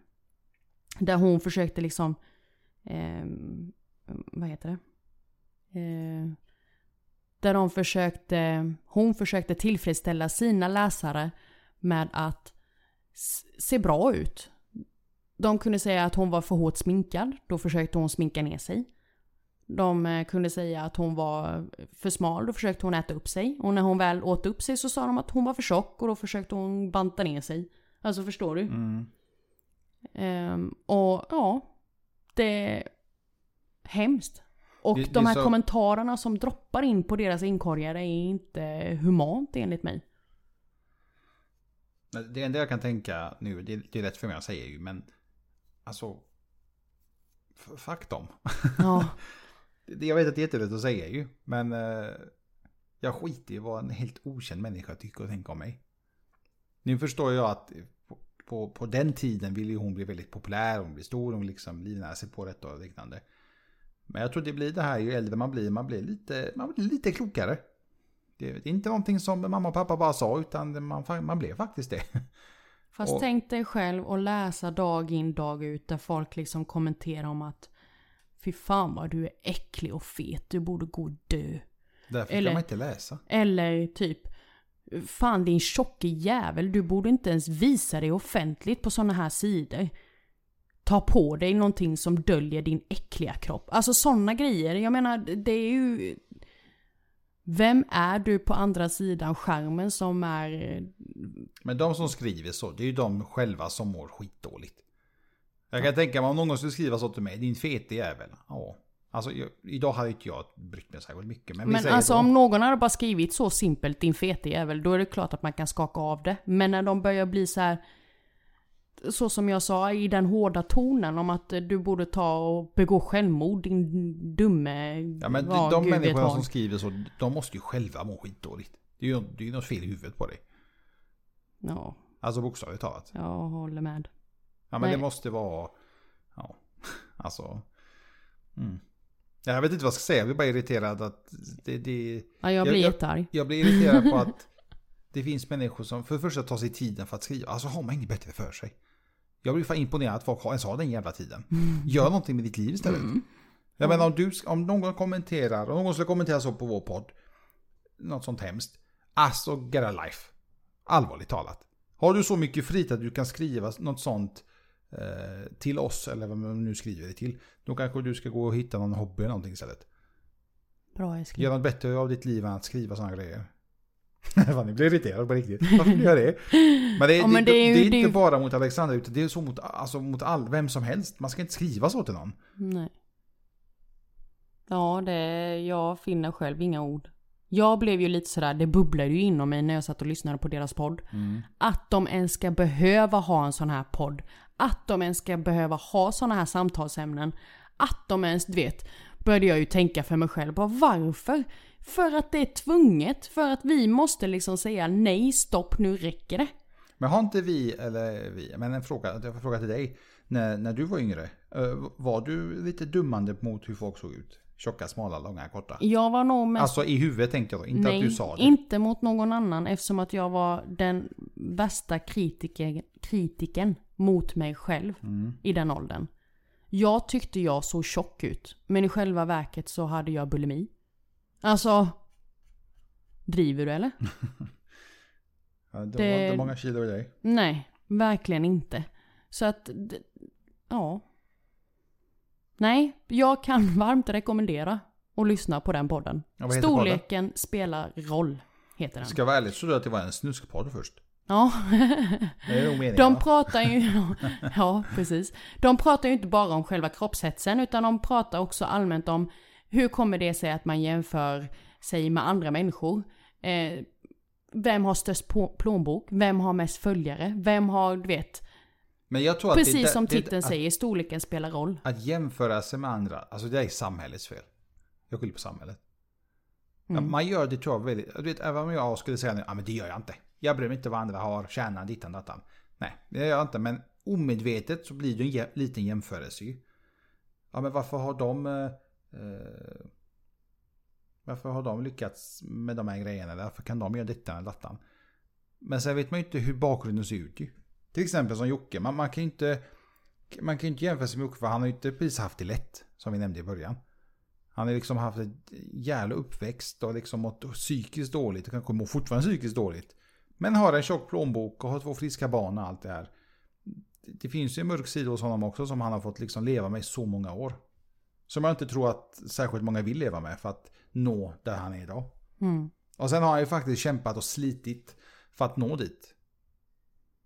Speaker 2: Där hon försökte liksom... ehm, vad heter det? Eh, där de försökte, hon försökte tillfredsställa sina läsare med att s- se bra ut. De kunde säga att hon var för hårt sminkad, då försökte hon sminka ner sig. De eh, kunde säga att hon var för smal, då försökte hon äta upp sig. Och när hon väl åt upp sig så sa de att hon var för tjock och då försökte hon banta ner sig. Alltså förstår du?
Speaker 1: Mm.
Speaker 2: Ehm, och ja, det är hemskt. Och
Speaker 1: Det-
Speaker 2: de
Speaker 1: det är
Speaker 2: här
Speaker 1: så-
Speaker 2: kommentarerna som droppar in på deras inkorgar är inte humant
Speaker 1: *laughs*
Speaker 2: enligt mig.
Speaker 1: Det enda jag kan tänka nu, det, det är lätt för mig att säga ju, men alltså... f- Fuck dem.
Speaker 2: Ja,
Speaker 1: Det- Jag vet att det är jättelätt att säga ju, men eh, jag skiter i vad en helt okänd människa tycker och tänker om mig. Nu förstår jag att på, på, på den tiden ville ju hon bli väldigt populär, hon blir stor, hon liksom livnär sig på detta och liknande. Men jag tror det blir det här ju äldre man blir, man blir lite, man blir lite klokare. Det, det är inte någonting som mamma och pappa bara sa, utan man, fa- man blev faktiskt det.
Speaker 2: fast
Speaker 1: Och-
Speaker 2: tänk dig själv och läsa dag in dag ut där folk liksom kommenterar om att Fy fan vad du är äcklig och fet, du borde gå och dö.
Speaker 1: Därför
Speaker 2: Eller-
Speaker 1: kan man inte läsa.
Speaker 2: Eller typ Fan din tjocke jävel, du borde inte ens visa dig offentligt på såna här sidor. Ta på dig någonting som döljer din äckliga kropp. Alltså såna grejer. Jag menar, det är ju... Vem är du på andra sidan skärmen som är...
Speaker 1: Men de som skriver så, det är ju de själva som mår skitdåligt. Jag kan tänka mig om någon skulle skriva så till mig, din fete jävel. Ja. Alltså jag, idag hade inte jag brytt mig särskilt mycket. Men, vi
Speaker 2: Men
Speaker 1: säger
Speaker 2: alltså
Speaker 1: då,
Speaker 2: om någon hade bara skrivit så simpelt din fete jävel, då är det klart att man kan skaka av det. Men när de börjar bli så här... Så som jag sa i den hårda tonen om att eh, du borde ta och begå självmord din dumme...
Speaker 1: Ja men de,
Speaker 2: ja,
Speaker 1: de
Speaker 2: Gud vet
Speaker 1: människorna
Speaker 2: vad.
Speaker 1: som skriver så, de måste ju själva må skitdåligt. Det är ju det är ju något fel i huvudet på dig.
Speaker 2: Ja,
Speaker 1: Alltså bokstavligt talat.
Speaker 2: jag håller med.
Speaker 1: Ja men
Speaker 2: Nej.
Speaker 1: det måste vara... Ja. *laughs* Alltså... Mm. Ja, Jag vet inte vad jag ska säga, jag blir bara irriterad att det... det
Speaker 2: Ja, jag
Speaker 1: Jag-
Speaker 2: blir
Speaker 1: jag-
Speaker 2: jättearg.
Speaker 1: Jag blir irriterad på att det finns människor som för det första tar sig tiden för att skriva. Alltså har man inget bättre för sig. Jag blir fan imponerad att folk har ens har den jävla tiden. Gör någonting med ditt liv istället. Jag menar om, du, om någon kommenterar, om någon skulle kommentera så på vår podd. Något sånt hemskt. Alltså get a life. Allvarligt talat. Har du så mycket fritid att du kan skriva något sånt eh, till oss eller vad man nu skriver det till. Då kanske du ska gå och hitta någon hobby eller någonting istället.
Speaker 2: Bra Eskil.
Speaker 1: Gör något bättre av ditt liv än att skriva sådana grejer. *laughs* Fan, ni blir irriterade på riktigt. Varför gör jag det? Men det,
Speaker 2: Ja, men
Speaker 1: det,
Speaker 2: det är
Speaker 1: det,
Speaker 2: ju-
Speaker 1: är
Speaker 2: det
Speaker 1: inte
Speaker 2: är ju-
Speaker 1: bara mot Alexander, utan det är så mot, alltså, mot all, vem som helst. Man ska inte skriva så till någon.
Speaker 2: Nej. Ja, det, jag finner själv inga ord. Jag blev ju lite sådär, det bubblade ju inom mig när jag satt och lyssnade på deras podd. Att de ens ska behöva ha en sån här podd. Att de ens ska behöva ha såna här samtalsämnen. Att de ens, du vet, började jag ju tänka för mig själv. Bara, varför? För att det är tvunget. För att vi måste liksom säga nej, stopp, nu räcker det.
Speaker 1: Men har inte vi, eller vi, men en fråga, jag får fråga till dig. När, när du var yngre, eh, var du lite dummande mot hur folk såg ut? Tjocka, smala, långa, korta?
Speaker 2: Jag var nog mest
Speaker 1: Alltså i huvudet tänkte jag då, inte att du sa det.
Speaker 2: inte mot någon annan eftersom att jag var den värsta kritiker, kritiken mot mig själv
Speaker 1: Mm.
Speaker 2: i den åldern. Jag tyckte jag såg tjock ut, men i själva verket så hade jag bulimi. Alltså, driver
Speaker 1: *laughs*
Speaker 2: du eller?
Speaker 1: Ja, det, var
Speaker 2: det-
Speaker 1: inte många kilo i dig.
Speaker 2: Nej, verkligen inte. Så att, d- ja. Nej, jag kan *laughs* varmt rekommendera att lyssna på den podden.
Speaker 1: Ja, vad heter
Speaker 2: Storleken spelar roll, heter den.
Speaker 1: Ska jag vara ärlig så trodde jag att det var en snuskpodd först.
Speaker 2: Ja. *laughs*
Speaker 1: Det är nog meningen
Speaker 2: De
Speaker 1: va?
Speaker 2: pratar ju... *laughs* Ja, precis. De pratar ju inte bara om själva kroppshetsen utan de pratar också allmänt om hur kommer det sig att man jämför sig med andra människor? Eh, vem har störst plå- plånbok? Vem har mest följare? Vem har, du vet,
Speaker 1: Men jag tror att det är
Speaker 2: precis
Speaker 1: där-
Speaker 2: som
Speaker 1: det är-
Speaker 2: titeln
Speaker 1: att,
Speaker 2: säger, storleken spelar roll.
Speaker 1: att jämföra sig med andra, alltså det är samhällets fel. Jag skyller på samhället. Ja, man gör det tror jag väldigt, du vet även om jag skulle säga nu, ja men det gör jag inte. Jag bryr mig inte vad andra har, tjänar dittan dattan. Nej, det gör jag inte. Men omedvetet så blir det en jä- liten jämförelse ju. Ja men varför har de... Eh, eh, varför har de lyckats med de här grejerna? Varför kan de göra dittan eller dattan? Men sen vet man ju inte hur bakgrunden ser ut ju. Till exempel som Jocke, man, man kan ju inte... Man kan ju inte jämföra sig med Jocke för han har ju inte precis haft det lätt. Som vi nämnde i början. Han har liksom haft en jävla uppväxt och liksom mått psykiskt dåligt och kanske mår fortfarande psykiskt dåligt. Men har en tjock plånbok och har två friska barn och allt det här. Det finns ju en mörk sida hos honom också som han har fått liksom leva med i så många år. Som jag inte tror att särskilt många vill leva med för att nå där han är idag.
Speaker 2: Mm.
Speaker 1: Och sen har han ju faktiskt kämpat och slitit för att nå dit.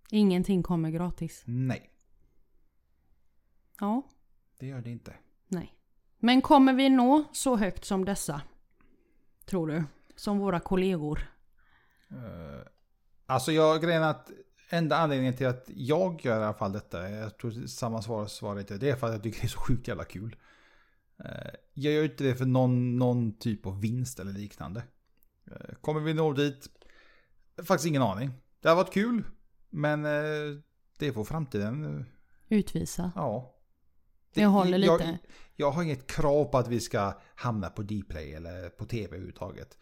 Speaker 2: Ingenting kommer gratis.
Speaker 1: Nej,
Speaker 2: Ja,
Speaker 1: det gör det inte.
Speaker 2: nej. Men kommer vi nå så högt som dessa? Tror du? Som våra kollegor?
Speaker 1: Alltså jag grejen är att enda anledningen till att jag gör i alla fall detta, jag tror samma svar svaret är det, är för att jag tycker det är så sjukt jävla kul. Eh, Jag gör ju inte det för någon, någon typ av vinst eller liknande. Eh, Kommer vi nå dit? Faktiskt ingen aning. Det har varit kul, men eh, det får framtiden, eh,
Speaker 2: Utvisa?
Speaker 1: ja.
Speaker 2: Jag håller
Speaker 1: jag,
Speaker 2: lite.
Speaker 1: Jag har inget krav på att vi ska hamna på Dplay eller på TV överhuvudtaget.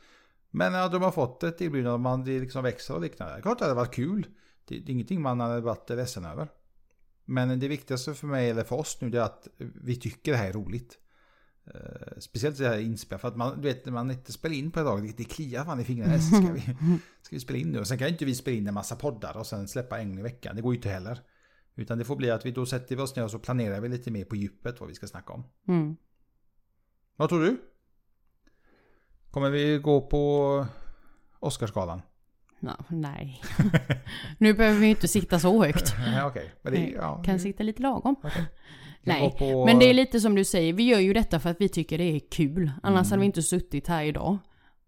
Speaker 1: Men hade man fått ett erbjudande om man det liksom växer och liknande. Klart det hade varit kul. Det det är ingenting man hade varit ledsen över. Men det viktigaste för mig eller för oss nu det är att vi tycker det här är roligt. Eh, Speciellt det här inspel, för att man, du vet, när man inte spelar in på ett tag, det, det kliar fan i fingrarna. Ska vi,
Speaker 2: *laughs*
Speaker 1: ska vi spela in nu? Och sen kan ju inte vi spela in en massa poddar och sen släppa en i veckan, det går ju inte heller. Utan det får bli att vi då sätter vi oss ner och så planerar vi lite mer på djupet vad vi ska snacka om.
Speaker 2: Mm.
Speaker 1: Vad tror du? Kommer vi gå på Oscarsgalan?
Speaker 2: Nå, nej. *laughs* nu behöver vi ju inte sikta så högt.
Speaker 1: Nej, okej. Men det,
Speaker 2: Mm. Nej,
Speaker 1: ja,
Speaker 2: kan sikta lite lagom.
Speaker 1: vi
Speaker 2: Nej,
Speaker 1: går på-
Speaker 2: Men det är lite som du säger, vi gör ju detta för att vi tycker det är kul. Annars
Speaker 1: Mm.
Speaker 2: hade vi inte suttit här idag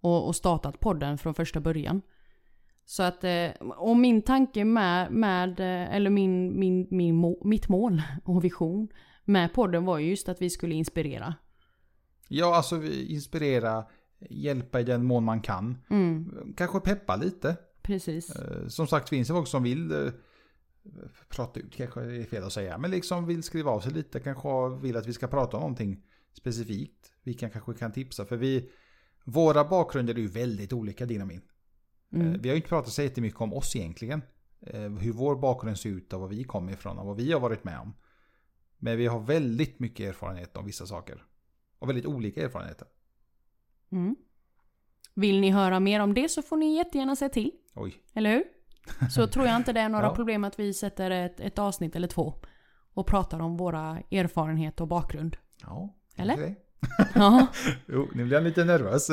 Speaker 2: och, och startat podden från första början. Så att, eh, och min tanke med, med eh, eller min, min, min, må- mitt mål *laughs* och vision med podden var ju just att vi skulle inspirera.
Speaker 1: Ja, alltså vi inspirera, hjälpa i den mån man kan.
Speaker 2: Mm,
Speaker 1: Kanske peppa lite.
Speaker 2: precis.
Speaker 1: Eh, Som sagt finns det folk som vill eh, prata ut, kanske det är fel att säga, men liksom vill skriva av sig lite, kanske vill att vi ska prata om någonting specifikt. Vi kan, kanske kan tipsa, för vi, våra bakgrunder är ju väldigt olika, din och min.
Speaker 2: Mm.
Speaker 1: Eh, Vi har ju inte pratat så jättemycket om oss egentligen. Eh, Hur vår bakgrund ser ut och var vi kommer ifrån och vad vi har varit med om. Men vi har väldigt mycket erfarenhet om vissa saker. Och väldigt olika erfarenheter.
Speaker 2: Mm. Vill ni höra mer om det så får ni jättegärna säga till.
Speaker 1: Oj.
Speaker 2: Eller hur? Så tror jag inte det är
Speaker 1: *laughs*
Speaker 2: några
Speaker 1: Ja.
Speaker 2: problem att vi sätter ett, ett avsnitt eller två och pratar om våra erfarenheter och bakgrund.
Speaker 1: Ja.
Speaker 2: Eller?
Speaker 1: kanske det.
Speaker 2: Ja, *laughs*
Speaker 1: Jo, nu blir jag lite nervös.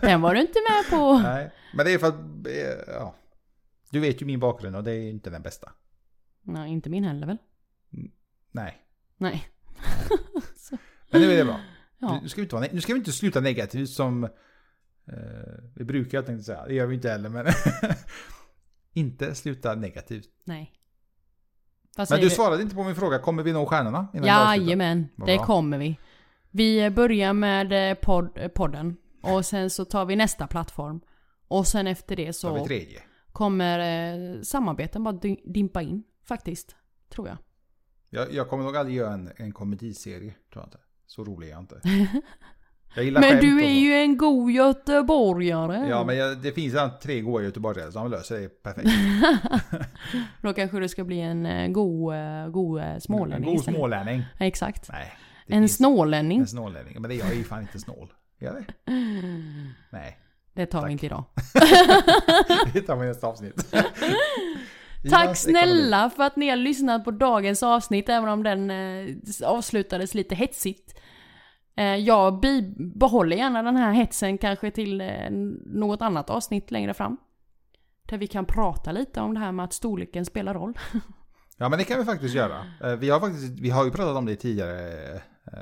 Speaker 2: den var du inte med på.
Speaker 1: Nej. Men det är för att... eh, Ja. Du vet ju min bakgrund och det är ju inte den bästa.
Speaker 2: Nej, inte min heller väl?
Speaker 1: Nej.
Speaker 2: Nej.
Speaker 1: Men nu är det bra.
Speaker 2: *gasps* Ja.
Speaker 1: Nu, ska vi inte vara, ne- nu ska vi inte sluta negativt som eh, vi brukar, jag tänkte säga. Det gör vi inte heller, men... *laughs* inte sluta negativt.
Speaker 2: Nej. Vad
Speaker 1: Men
Speaker 2: säger
Speaker 1: du svarade inte på min fråga, kommer vi nå stjärnorna? innan vi avslutar?
Speaker 2: Jajamän,
Speaker 1: Vad
Speaker 2: det
Speaker 1: bra.
Speaker 2: kommer vi. Vi börjar med eh, podd, eh, podden och sen så tar vi nästa plattform. Och sen efter det
Speaker 1: Då har vi
Speaker 2: så
Speaker 1: tredje.
Speaker 2: kommer eh, samarbeten bara dy- dimpa in faktiskt. Tror jag.
Speaker 1: Jag, jag kommer nog aldrig göra en, en komediserie, tror jag inte. Så rolig är jag
Speaker 2: *laughs*
Speaker 1: inte. Jag gillar
Speaker 2: Men
Speaker 1: skämt och
Speaker 2: du
Speaker 1: så.
Speaker 2: är ju en god göteborgare.
Speaker 1: Ja, men jag, det finns redan tre goa göteborgare, så de löser det perfekt.
Speaker 2: Då kanske du ska bli en eh, god, eh, god eh,
Speaker 1: En
Speaker 2: *laughs* smålänning
Speaker 1: god
Speaker 2: istället.
Speaker 1: smålänning.
Speaker 2: Ja, Exakt.
Speaker 1: Nej. det
Speaker 2: En
Speaker 1: finns-
Speaker 2: snålänning.
Speaker 1: En snålänning. Men det, jag är ju fan inte snål. Är jag det? Nej, *laughs*
Speaker 2: Det tar
Speaker 1: Tack.
Speaker 2: vi inte idag. *laughs*
Speaker 1: det tar vi i nästa avsnitt.
Speaker 2: Tack
Speaker 1: hans
Speaker 2: snälla för att ni har lyssnat på dagens avsnitt, även om den eh, avslutades lite hetsigt. Eh, jag bibehåller gärna den här hetsen kanske till eh, något annat avsnitt längre fram. Där vi kan prata lite om det här med att storleken spelar roll.
Speaker 1: Ja, men det kan vi faktiskt göra. Eh, Vi har, faktiskt, vi har ju pratat om det tidigare, eh,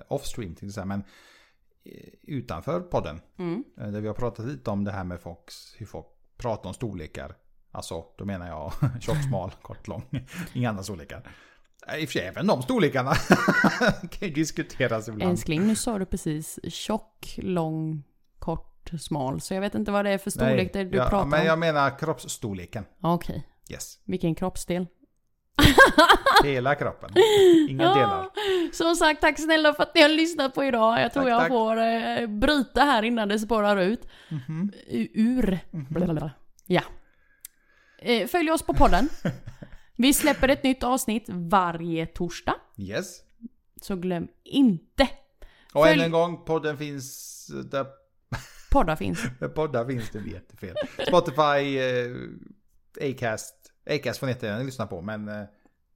Speaker 1: off-stream, till exempel, men eh, utanför podden.
Speaker 2: Mm.
Speaker 1: eh, Där vi har pratat lite om det här med folks, hur folk pratar om storlekar. Alltså, då menar jag *laughs* tjock, smal, kort, lång. Inga andra storlekar. Eh, I och för sig, även de storlekarna *laughs* kan ju diskuteras ibland.
Speaker 2: Älskling, nu sa du precis tjock, lång, kort, smal. Så jag vet inte vad det är för storlek det du
Speaker 1: ja,
Speaker 2: pratar
Speaker 1: men
Speaker 2: om.
Speaker 1: jag menar kroppsstorleken.
Speaker 2: Okej, *laughs*
Speaker 1: Yes,
Speaker 2: vilken kroppsdel.
Speaker 1: hela kroppen. Inga delar.
Speaker 2: Som sagt, tack snälla för att ni har lyssnat på idag. Jag tror
Speaker 1: Tack,
Speaker 2: jag
Speaker 1: tack.
Speaker 2: får eh, bryta här innan det spårar ut.
Speaker 1: Mhm.
Speaker 2: U- Ur. Blablabla. Ja. Eh, följ oss på podden. Vi släpper ett nytt avsnitt varje torsdag.
Speaker 1: Yes.
Speaker 2: Så glöm inte.
Speaker 1: Och
Speaker 2: Följ-
Speaker 1: än en gång, podden finns där *laughs*
Speaker 2: Poddar finns.
Speaker 1: Där poddar finns det blir jättefel. Spotify, eh, Acast. Acast får ni inte gärna lyssna på, men eh,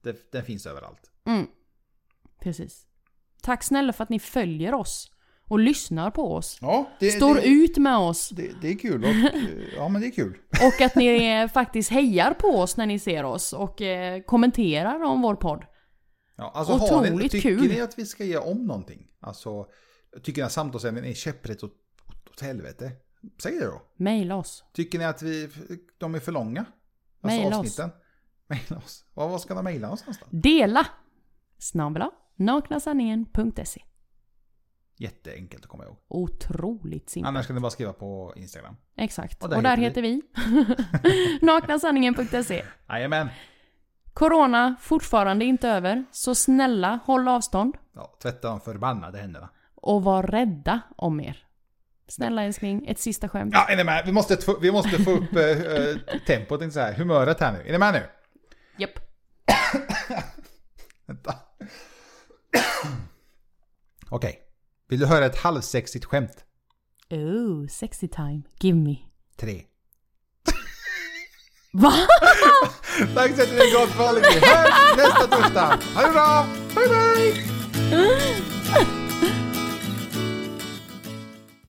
Speaker 1: det, den finns överallt.
Speaker 2: Mm. Precis. Tack snälla för att ni följer oss. Och lyssnar på oss.
Speaker 1: Ja, det,
Speaker 2: Står ut med oss.
Speaker 1: Det, är kul. eh, ja, men det är kul.
Speaker 2: Och att ni eh, *laughs* faktiskt hejar på oss när ni ser oss. Och eh, kommenterar om vår podd.
Speaker 1: Ja, alltså, har ni,
Speaker 2: Otroligt
Speaker 1: tycker
Speaker 2: kul.
Speaker 1: ni att vi ska göra om någonting? Alltså, tycker ni att samtalsämnen är käpprätt åt, åt, åt helvete? Säg det då.
Speaker 2: Maila oss.
Speaker 1: Tycker ni att vi, de är för långa?
Speaker 2: Maila oss.
Speaker 1: Maila oss. Vad vad ska de mejla oss någonstans?
Speaker 2: Dela! Snabela naknasanningen.se
Speaker 1: Jätteenkelt att komma ihåg.
Speaker 2: Otroligt simpelt.
Speaker 1: Annars kan ni bara skriva på Instagram. och
Speaker 2: Exakt. Och
Speaker 1: där
Speaker 2: där,
Speaker 1: heter
Speaker 2: heter vi. *laughs* naknasanningen.se
Speaker 1: Jajamän.
Speaker 2: Corona fortfarande inte över, så snälla håll avstånd
Speaker 1: Ja, tvätta de förbannade händerna.
Speaker 2: och var rädda om er. Snälla älskling, ett sista skämt.
Speaker 1: Ja, är ni med? Vi måste, tf- vi måste få upp eh, eh, *laughs* tempot, inte så här, humöret här nu. Är ni med nu?
Speaker 2: Japp.
Speaker 1: Vänta. Okej. Vill du höra ett halvsexigt skämt?
Speaker 2: Oh, sexy time. Give me.
Speaker 1: Tre.
Speaker 2: Va? *laughs*
Speaker 1: Tack så jättemycket för att ni har lyssnat. Vi hörs nästa torsdag. Ha det bra! Bye, bye!